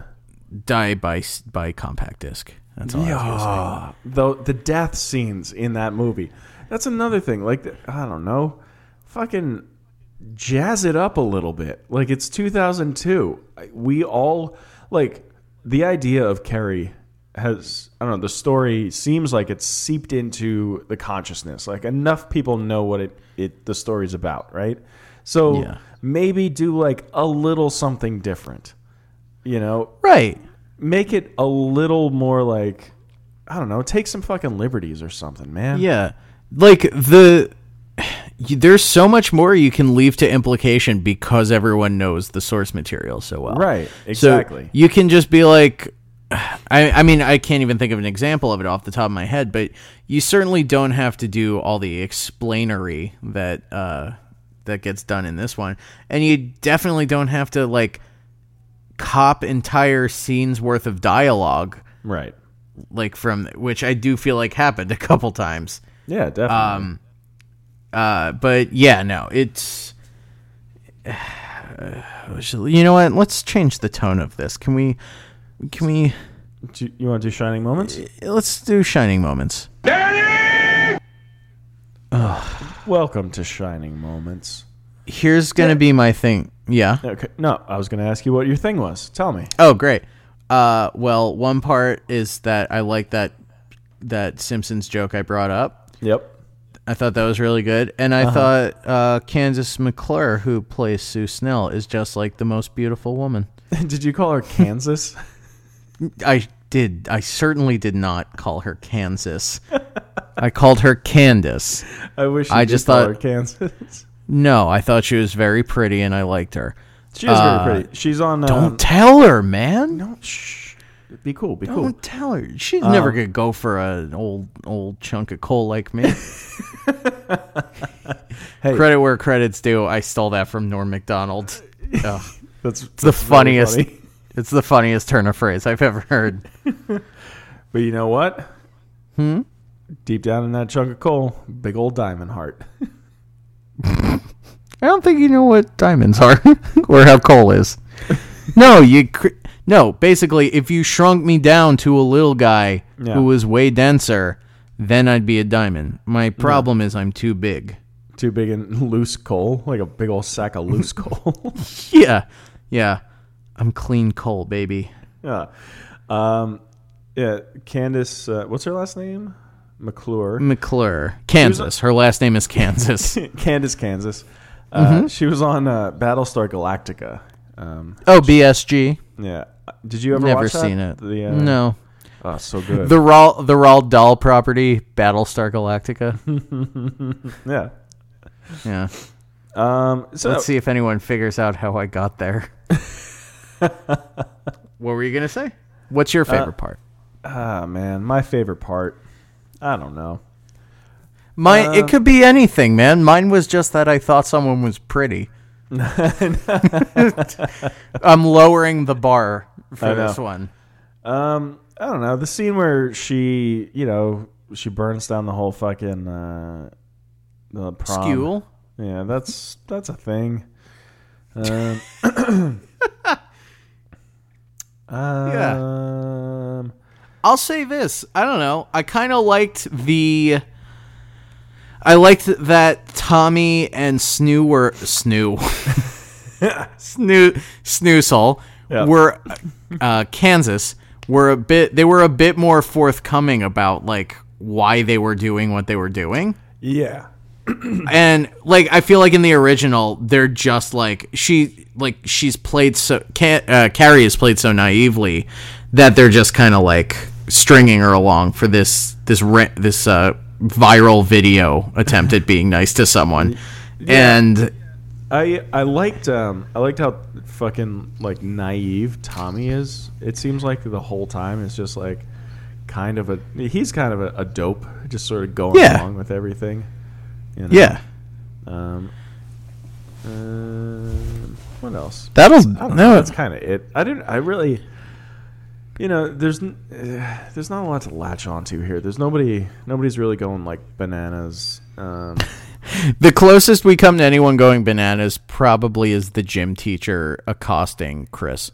A: die by s- by compact disc. That's all. I was gonna say.
C: Yeah, the the death scenes in that movie. That's another thing. Like the- I don't know, fucking jazz it up a little bit. Like it's 2002. I- We all like the idea of Carrie has I don't know, the story seems like it's seeped into the consciousness. Like enough people know what it it the story's about, right? So
A: Yeah.
C: maybe do like a little something different. You know,
A: Right.
C: make it a little more like I don't know, take some fucking liberties or something, man.
A: Yeah. Like the you- there's so much more you can leave to implication because everyone knows the source material so well.
C: Right,
A: So
C: exactly.
A: you can just be like I I mean I can't even think of an example of it off the top of my head, but you certainly don't have to do all the explainery that uh that gets done in this one. And you definitely don't have to like cop entire scenes worth of dialogue
C: Right.
A: like from which I do feel like happened a couple times.
C: Yeah, definitely.
A: Um, Uh, but yeah, no, it's. you know what? Let's change the tone of this. Can we? Can we?
C: do you, want to do shining moments?
A: Let's do shining moments.
C: Welcome to shining moments.
A: Here's gonna be my thing. Yeah.
C: Okay. No, I was going to ask you what your thing was. Tell me.
A: Oh, great. Uh, well, one part is that I like that that Simpsons joke I brought up.
C: Yep.
A: I thought that was really good, and I thought uh, Candace McClure, who plays Sue Snell, is just like the most beautiful woman.
C: Did you call her Kansas?
A: I did. I certainly did not call her Kansas. I called her Candace.
C: I wish you
A: I
C: did
A: just
C: call
A: thought-
C: her Kansas.
A: No, I thought she was very pretty and I liked her.
C: she is very pretty. She's on.
A: Uh, Don't
C: um,
A: tell her, man.
C: no, shh. Be cool. Be cool.
A: Don't tell her. She's never gonna go for an old old chunk of coal like me.
C: Hey.
A: Credit where credits due. I stole that from Norm Macdonald. Ugh.
C: That's,
A: It's the funniest. It's the funniest turn of phrase I've ever heard.
C: But you know what? Hmm. Deep down in that chunk of coal, big old diamond heart.
A: I don't think you know what diamonds are or how coal is. No, you. Cr- no, basically, if you shrunk me down to a little guy
C: Yeah.
A: who was way denser, then I'd be a diamond. My problem is I'm too big.
C: too big and loose coal, like a big old sack of loose coal.
A: Yeah, yeah. I'm clean coal, baby.
C: yeah. Um, yeah. Candace, uh, what's her last name? McClure.
A: McClure, Kansas. Her last name is Kansas. Mm-hmm.
C: Candace, Kansas. Uh, She was on uh, Battlestar Galactica. Um,
A: Oh, BSG.
C: yeah. Did you ever
A: Never
C: watch that?
A: seen it.
C: The, uh,
A: no.
C: Oh, so good.
A: The Raw the Raw Dahl property, Battlestar Galactica.
C: yeah.
A: yeah.
C: Um, so
A: Let's see if anyone figures out how I got there. what were you gonna say? What's your favorite part?
C: Ah, man, my favorite part. I don't know.
A: Mine it could be anything, man. Mine was just that I thought someone was pretty. I'm lowering the bar
C: I
A: for
C: know.
A: this one.
C: Um, I don't know. The scene where she, you know, she burns down the whole fucking uh, the prom.
A: Skewel?
C: Yeah, that's that's a thing. Um, um,
A: I'll say this. I don't know. I kind of liked the. I liked that Tommy and Snoo were Snoo, Snoo Snoozle
C: Yeah.
A: were uh, Kansas were a bit. They were a bit more forthcoming about like why they were doing what they were doing.
C: yeah,
A: And like I feel like in the original, they're just like she like she's played so can uh, Carrie is played so naively that they're just kind of like stringing her along for this this re- this uh, viral video attempt at being nice to someone. And
C: I I liked um I liked how fucking like naive Tommy is. It seems like the whole time it's just like kind of a he's kind of a, a dope, just sort of going
A: Yeah.
C: along with everything. you know?
A: yeah,
C: Um. um, what else?
F: That'll
C: I don't know.
F: no.
C: That's kind of it. I didn't. I really. You know, there's n- uh, there's not a lot to latch onto here. There's nobody. Nobody's really going like bananas. Um,
A: the closest we come to anyone going bananas probably is the gym teacher accosting Chris.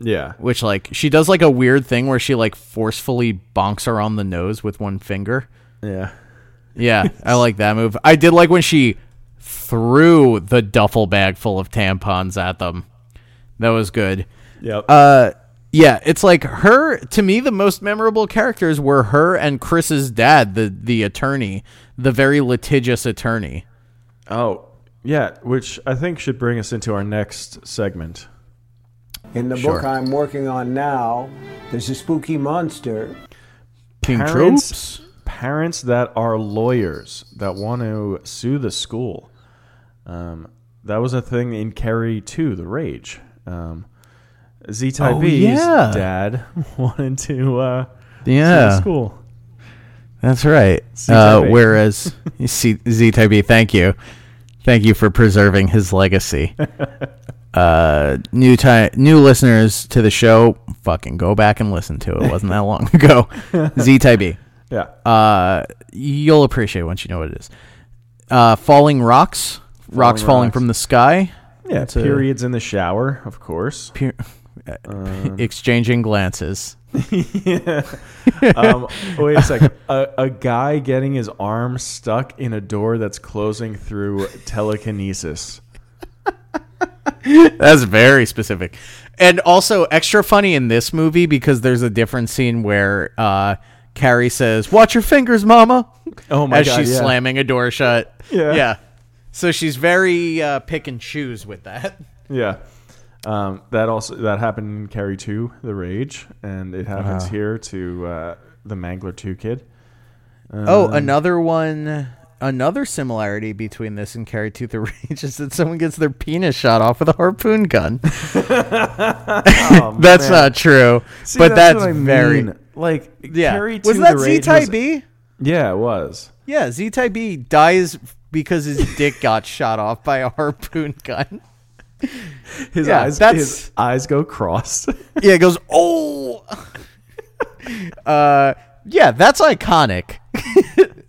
C: yeah.
A: which like she does like a weird thing where she like forcefully bonks her on the nose with one finger.
C: Yeah.
A: Yeah, I like that move. I did like when she threw the duffel bag full of tampons at them. That was good.
C: Yep.
A: Uh yeah, it's like her to me the most memorable characters were her and Chris's dad, the the attorney, the very litigious attorney.
C: Oh, yeah, which I think should bring us into our next segment.
G: In the book I'm working on now, there's a spooky monster
A: King Troops.
C: Parents, parents that are lawyers that want to sue the school. Um, that was a thing in Carrie 2, The Rage. Um, Z Type B's
A: Oh, yeah.
C: dad wanted to uh, sue the
A: Yeah.
C: school.
A: That's right. Uh,
C: Z-Type A.
A: whereas C- Z Type B, thank you, thank you for preserving his legacy. uh, new time, new listeners to the show, fucking go back and listen to it. it wasn't that long ago. Z Type B,
C: Yeah.
A: uh, you'll appreciate it once you know what it is. Uh, falling rocks, rocks falling
C: rocks.
A: from the sky,
C: yeah,
A: a-
C: periods in the shower, of course.
A: pe- exchanging glances.
C: Um, wait a second. A, a guy getting his arm stuck in a door that's closing through telekinesis.
A: That's very specific. And also extra funny in this movie because there's a different scene where uh, Carrie says, "Watch your fingers, Mama,"
C: Oh my
A: as
C: god!
A: she's
C: yeah.
A: slamming a door shut.
C: Yeah.
A: yeah. So she's very uh, pick and choose with that.
C: Yeah. Um, that also that happened in Carrie 2, The Rage, and it happens here to uh, the Mangler 2 kid. Um,
A: oh, another one. Another similarity between this and Carrie Tooth the Rage is that someone gets their penis shot off with a harpoon gun.
C: Oh,
A: that's not true, but that's,
C: what I
A: very
C: mean. like
A: yeah.
C: Carrie 2
A: was
C: The
A: that
C: Rage
A: Z Type
C: was-
A: B?
C: Yeah, it was.
A: Yeah, Z Type B dies because his dick got shot off by a harpoon gun.
C: His
A: Yeah,
C: eyes
A: that's-
C: his eyes go crossed.
A: Yeah, it goes, oh. uh, yeah, that's iconic.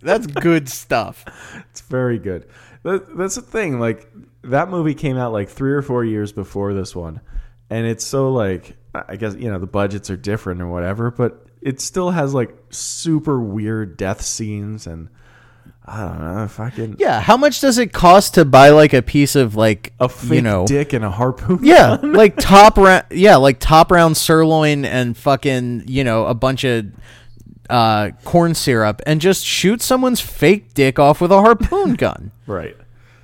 A: that's good stuff.
C: it's very good. That, that's the thing like that movie came out like 3 or 4 years before this one. And it's so like I guess you know the budgets are different or whatever, but it still has like super weird death scenes and I don't know, fucking
A: Yeah, how much does it cost to buy like a piece of like
C: a fake
A: you know
C: dick and a harpoon.
A: yeah like top round yeah like top round sirloin and fucking you know a bunch of uh, corn syrup and just shoot someone's fake dick off with a harpoon gun.
C: Right.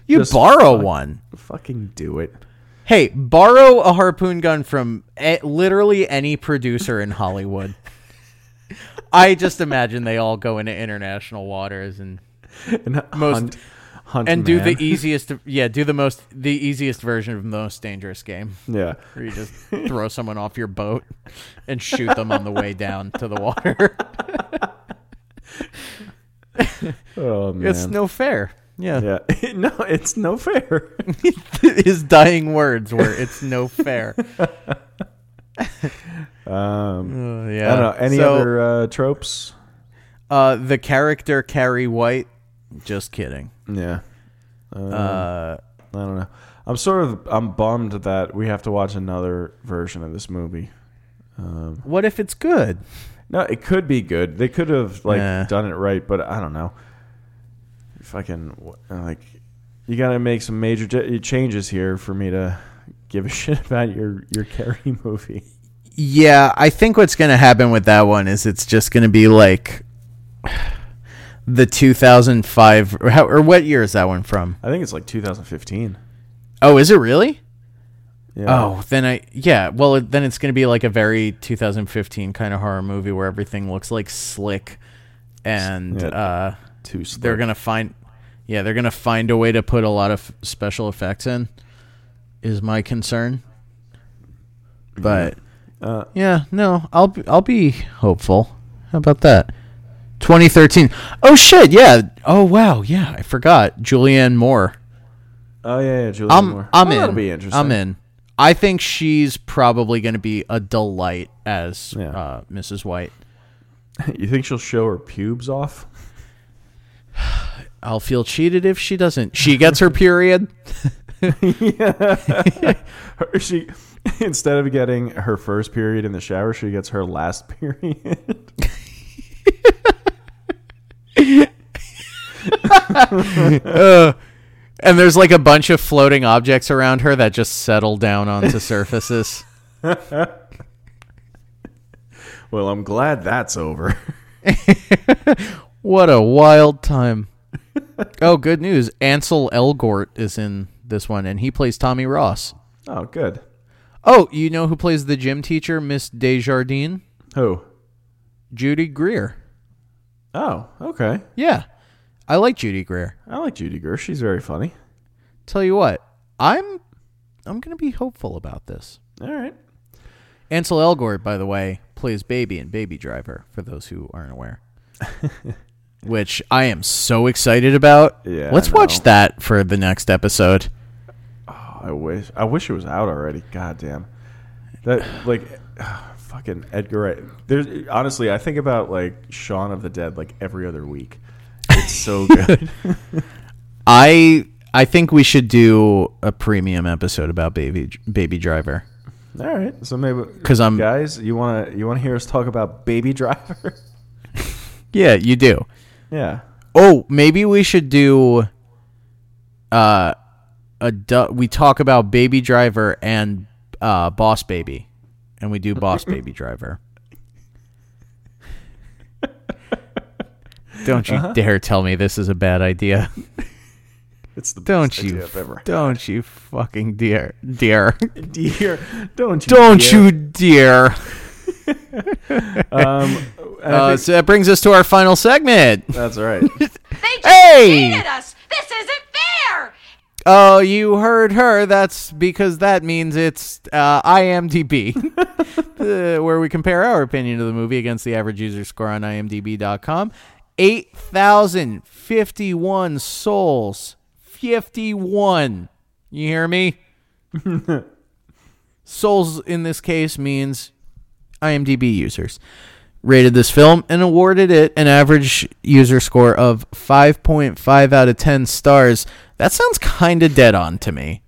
A: You
C: Just
A: borrow
C: fuck-
A: one.
C: Fucking do it.
A: Hey, borrow a harpoon gun from a- literally any producer in Hollywood. I just imagine they all go into international waters and
C: And
A: Most-
C: hunt, hunt
A: and do
C: man.
A: the easiest yeah, do the most the easiest version of the most dangerous game.
C: yeah.
A: Where you just throw someone off your boat and shoot them on the way down to the water.
C: Oh man.
A: it's no fair. Yeah.
C: yeah. no, it's no fair.
A: His dying words were it's no fair. Uh,
C: Um, I
A: yeah.
C: don't know. Any
A: So,
C: other uh, tropes?
A: uh the character Carrie White? Just kidding.
C: Yeah.
A: Uh
C: I don't know. I'm sort of I'm bummed that we have to watch another version of this movie.
A: what if it's good?
C: No, it could be good. They could have like
A: Yeah.
C: done it right, but I don't know. Fucking like, you got to make some major j- changes here for me to give a shit about your your Carrie movie.
A: Yeah, I think what's going to happen with that one is it's just going to be like the 2005 or, how, or what year is that one from?
C: I think it's like 2015.
A: Oh, is it really?
C: Yeah.
A: Oh, then I yeah, well it- then it's going to be like a very 2015 kind of horror movie where everything looks like slick and
C: Yeah.
A: uh
C: too slow.
A: they're going to find yeah, they're going to find a way to put a lot of special effects in is my concern. But
C: Uh,
A: Yeah, no, I'll be, I'll be hopeful. How about that? 2013. Oh shit, yeah. Oh wow, yeah. I forgot Julianne Moore.
C: oh yeah, yeah. Julianne
A: I'm
C: Moore.
A: I'm
C: Well,
A: in.
C: That'll be interesting.
A: I'm in. I think she's probably going to be a delight as
C: Yeah.
A: uh, Mrs. White.
C: You think she'll show her pubes off?
A: I'll feel cheated if she doesn't. She gets her period.
C: Her- she instead of getting her first period in the shower, she gets her last period.
A: And there's like a bunch of floating objects around her that just settle down onto surfaces.
C: well, I'm glad that's over.
A: What a wild time. oh, good news. Ansel Elgort is in this one, and he plays Tommy Ross.
C: Oh, good.
A: Oh, you know who plays the gym teacher, Miss Desjardins?
C: Who?
A: Judy Greer.
C: Oh, okay.
A: Yeah. I like Judy Greer.
C: I like Judy Gersh. She's very funny.
A: Tell you what, I'm I'm gonna be hopeful about this.
C: All right.
A: Ansel Elgort, by the way, plays Baby in Baby Driver, for those who aren't aware. Which I am so excited about.
C: Yeah,
A: Let's
C: I
A: watch
C: know.
A: that for the next episode.
C: Oh, I wish. I wish it was out already. God damn. That like, fucking Edgar. Wright. There's honestly, I think about like Shaun of the Dead like every other week. It's so good.
A: I I think we should do a premium episode about Baby Baby Driver
C: All right. So maybe
A: 'Cause I'm-
C: guys. You wanna you wanna hear us talk about Baby Driver?
A: Yeah, you do.
C: yeah.
A: Oh, maybe we should do uh a du- we talk about Baby Driver and uh Boss Baby and we do Boss Baby Driver. Don't
C: Uh-huh.
A: you dare tell me this is a bad idea.
C: It's the
A: Don't
C: best
A: you
C: idea I've ever.
A: Don't you fucking dear dear.
C: Dear, don't you?
A: Don't
C: dear.
A: you dear.
C: Um, and I
A: Uh,
C: think-
A: so that brings us to our final segment.
C: that's right.
H: They just
A: Hey!
H: cheated us. This isn't fair.
A: Oh, you heard her. That's because that means it's uh, IMDb, The- Uh, where we compare our opinion of the movie against the average user score on IMDb.com. 8,051 souls. 51. You hear me? souls in this case means IMDb users. Rated this film and awarded it an average user score of 5.5 out of 10 stars. That sounds kind of dead on to me.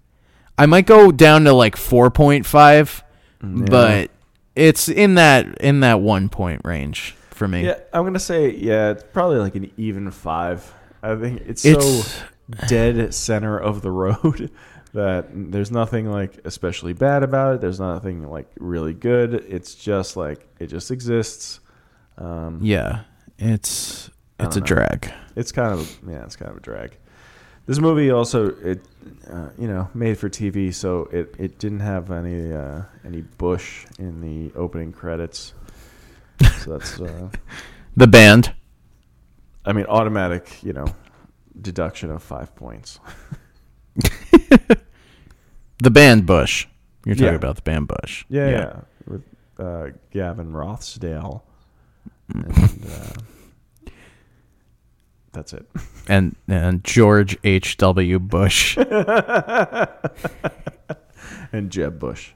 A: I might go down to like 4.5, but it's in that in that 1 point range for me.
C: Yeah, I'm gonna say yeah. It's probably like an even five. I think it's,
A: It's-
C: so dead center of the road that there's nothing like especially bad about it. There's nothing like really good. It's just like it just exists.
A: Yeah. It's it's a drag.
C: It's kind of yeah, it's kind of a drag. This movie also it uh, you know, made for TV, so it, it didn't have any uh, any Bush in the opening credits. So that's, uh,
A: The band.
C: I mean, automatic, you know, deduction of five points.
A: The band Bush. You're talking
C: Yeah.
A: about the band Bush.
C: Yeah, yeah. With uh, Gavin Rothsdale. And, uh, that's it.
A: And and George H. W. Bush.
C: And Jeb Bush.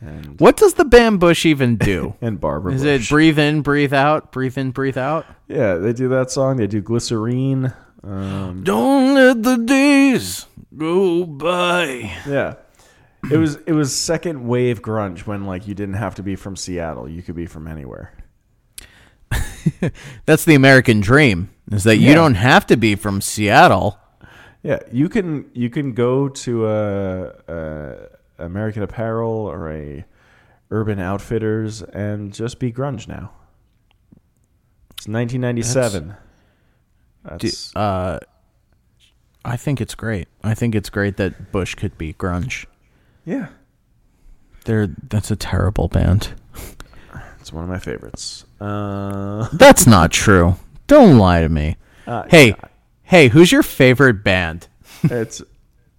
C: And,
A: what does the band Bush even do?
C: and Barbara
A: Is
C: Bush.
A: it breathe in, breathe out, breathe in, breathe out?
C: yeah, they do that song. They do Glycerine. Um,
A: Don't let the days go by.
C: yeah. It was it was second wave grunge when like you didn't have to be from Seattle. You could be from anywhere.
A: That's the American dream. Is that you don't have to be from Seattle.
C: Yeah, you can you can go to a, a American Apparel or a Urban Outfitters and just be grunge now. It's 1997. That's,
A: Uh, I think it's great. I think it's great that Bush could be grunge.
C: yeah,
A: They're that's a terrible band.
C: it's one of my favorites. Uh,
A: That's not true. Don't lie to me. hey, hey, who's your favorite band?
C: it's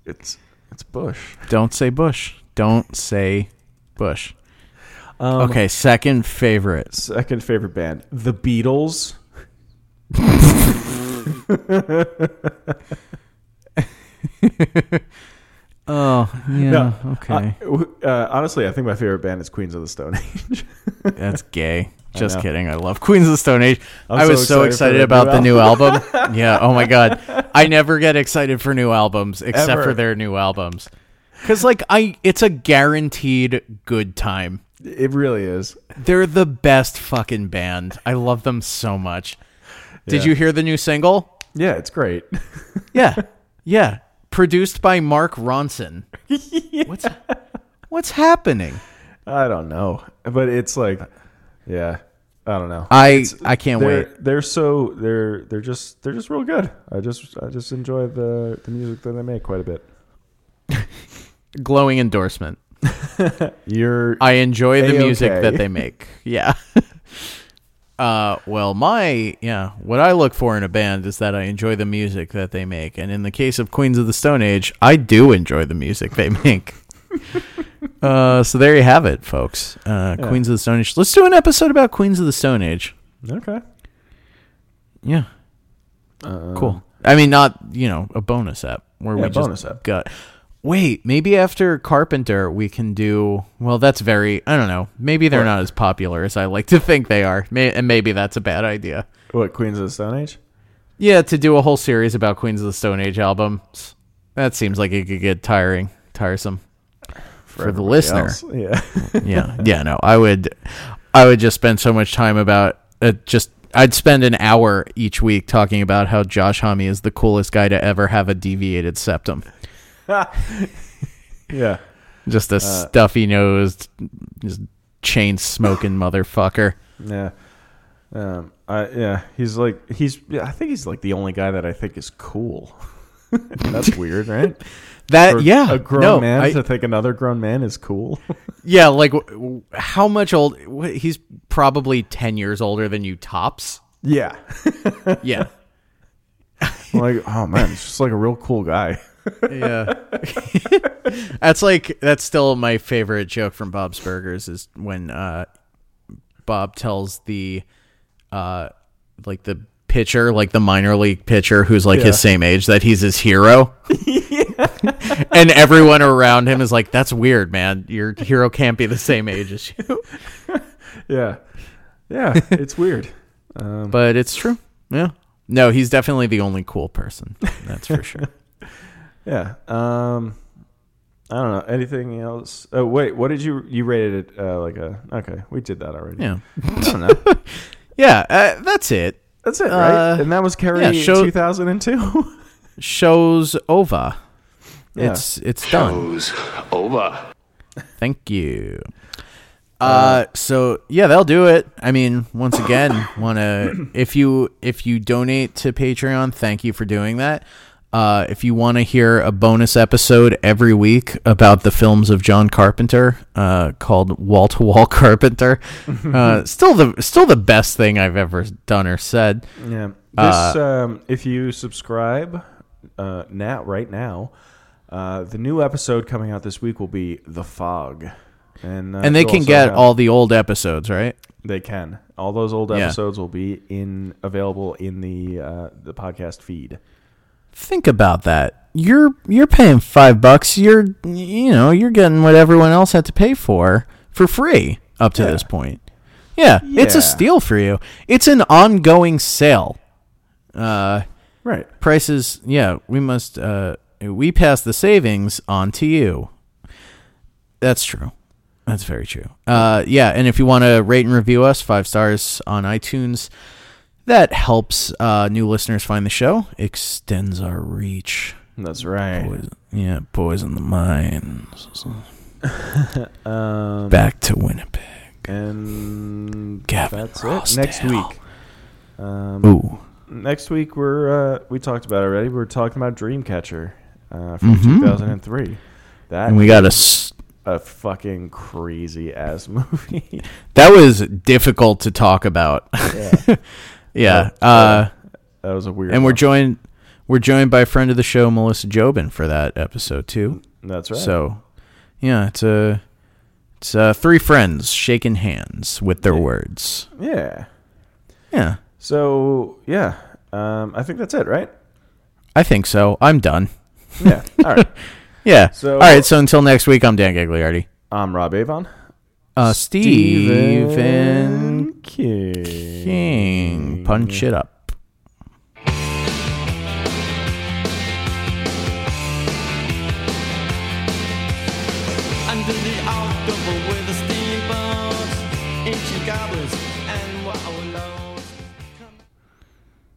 C: it's it's Bush.
A: Don't say Bush. Don't say Bush. okay, second favorite.
C: Second favorite band, The Beatles.
A: Oh, yeah. okay.
C: Uh, honestly, I think my favorite band is Queens of the Stone Age.
A: That's gay. Just
C: know.
A: kidding. I love Queens of the Stone Age. i
C: so
A: was so
C: excited for
A: excited
C: the
A: about
C: new
A: the new album. yeah. Oh my god. I never get excited for new albums except
C: Ever.
A: for their new albums. Cuz like I it's a guaranteed good time.
C: it really is.
A: They're the best fucking band. I love them so much. Did you hear the new single?
C: Yeah, it's great.
A: Yeah. Yeah. Produced by Mark Ronson. What's What's happening?
C: I don't know, but it's like, yeah, I don't know.
A: I I can't
C: they're,
A: wait.
C: They're so they're they're just they're just real good. I just I just enjoy the the music that they make quite a bit.
A: Glowing endorsement.
C: You're
A: I enjoy the
C: A-okay.
A: music that they make. Yeah. uh, well, my yeah, what I look for in a band is that I enjoy the music that they make, and in the case of Queens of the Stone Age, I do enjoy the music they make. uh, so there you have it, folks. Uh, Queens of the Stone Age. Let's do an episode about Queens of the Stone Age.
C: okay.
A: Yeah. cool. I mean, not you know a bonus app where we just
C: bonus app.
A: got. Wait, maybe after Carpenter we can do. Well, that's very. I don't know. Maybe they're not as popular as I like to think they are, May, and maybe that's a bad idea.
C: Uh, What Queens of the Stone Age?
A: Yeah, to do a whole series about Queens of the Stone Age albums, that seems like it could get tiring, tiresome for, the listener.
C: Else? Yeah.
A: yeah, yeah. No, I would, I would just spend so much time about uh, just. I'd spend an hour each week talking about how Josh Homme is the coolest guy to ever have a deviated septum.
C: yeah.
A: Just a stuffy nosed, just chain smoking motherfucker.
C: Yeah. Um, I, yeah, he's like he's. Yeah, I think he's like the only guy that I think is cool. That's weird, right?
A: That
C: For
A: yeah,
C: a grown
A: no,
C: man
A: I-
C: to think another grown man is cool.
A: yeah, like w- w- how much old? wh- He's probably ten years older than you, tops.
C: yeah,
A: Yeah,
C: like oh man, he's just like a real cool guy.
A: yeah. that's like that's still my favorite joke from Bob's Burgers is when uh, Bob tells the uh, like the pitcher, like the minor league pitcher who's like his same age, that he's his hero. and everyone around him is like, "That's weird, man. Your hero can't be the same age as you."
C: Yeah, yeah, it's weird.
A: But it's true. Yeah. No, he's definitely the only cool person. That's for sure.
C: Yeah. Um, I don't know anything else. Oh wait, what did you you rated it uh, like a? Okay, we did that already.
A: Yeah.
C: I don't know.
A: Yeah, uh, that's it.
C: That's it, right?
A: Uh,
C: and that was Carrie
A: yeah, show-
C: 2002.
A: Show's over.
C: Yeah.
A: It's it's done. Thank you. Uh, so yeah, they'll do it. I mean, once again, wanna if you if you donate to Patreon, thank you for doing that. Uh, if you want to hear a bonus episode every week about the films of John Carpenter, uh, called Wall to Wall Carpenter, uh, still the still the best thing I've ever done or said.
C: Yeah.
A: uh,
C: This, um, if you subscribe uh, now, right now, uh, the new episode coming out this week will be The Fog. And, uh,
A: And they
C: you'll
A: can
C: also
A: get
C: have-
A: all the old episodes, right?
C: They can. All those old
A: Yeah.
C: episodes will be in available in the uh, the podcast feed.
A: Think about that. You're you're paying five bucks. You're you know you're getting what everyone else had to pay for for free up to this point. Yeah, it's
C: Yeah.
A: a steal for you. It's an ongoing sale. Uh,
C: Right.
A: prices yeah we must uh we pass the savings on to you that's true that's very true uh yeah and if you want to rate and review us five stars on itunes that helps uh new listeners find the show extends our reach
C: That's right.
A: Poison- yeah poison the minds back to winnipeg
C: Um, And
A: Gavin
C: that's
A: Rossdale.
C: it. Next week. Um,
A: ooh
C: next week we're uh, we talked about it already. We're talking about Dreamcatcher uh, from 2003. That
A: Mm-hmm. and we got a s-
C: a fucking crazy ass movie.
A: that was difficult to talk about
C: yeah,
A: yeah
C: Uh,
A: uh
C: that was a weird.
A: and we're
C: one.
A: joined we're joined by a friend of the show melissa jobin for that episode too
C: That's right.
A: so yeah it's a it's uh three friends shaking hands with their words
C: yeah.
A: yeah
C: So yeah, um, I think that's it, right?
A: i think so i'm done
C: Yeah. All right.
A: yeah
C: So-
A: all right so until next week i'm dan gagliardi
C: I'm Rob Avon.
A: uh stephen
C: King.
A: king punch it up
B: under the October with a steamboat, ancient goblins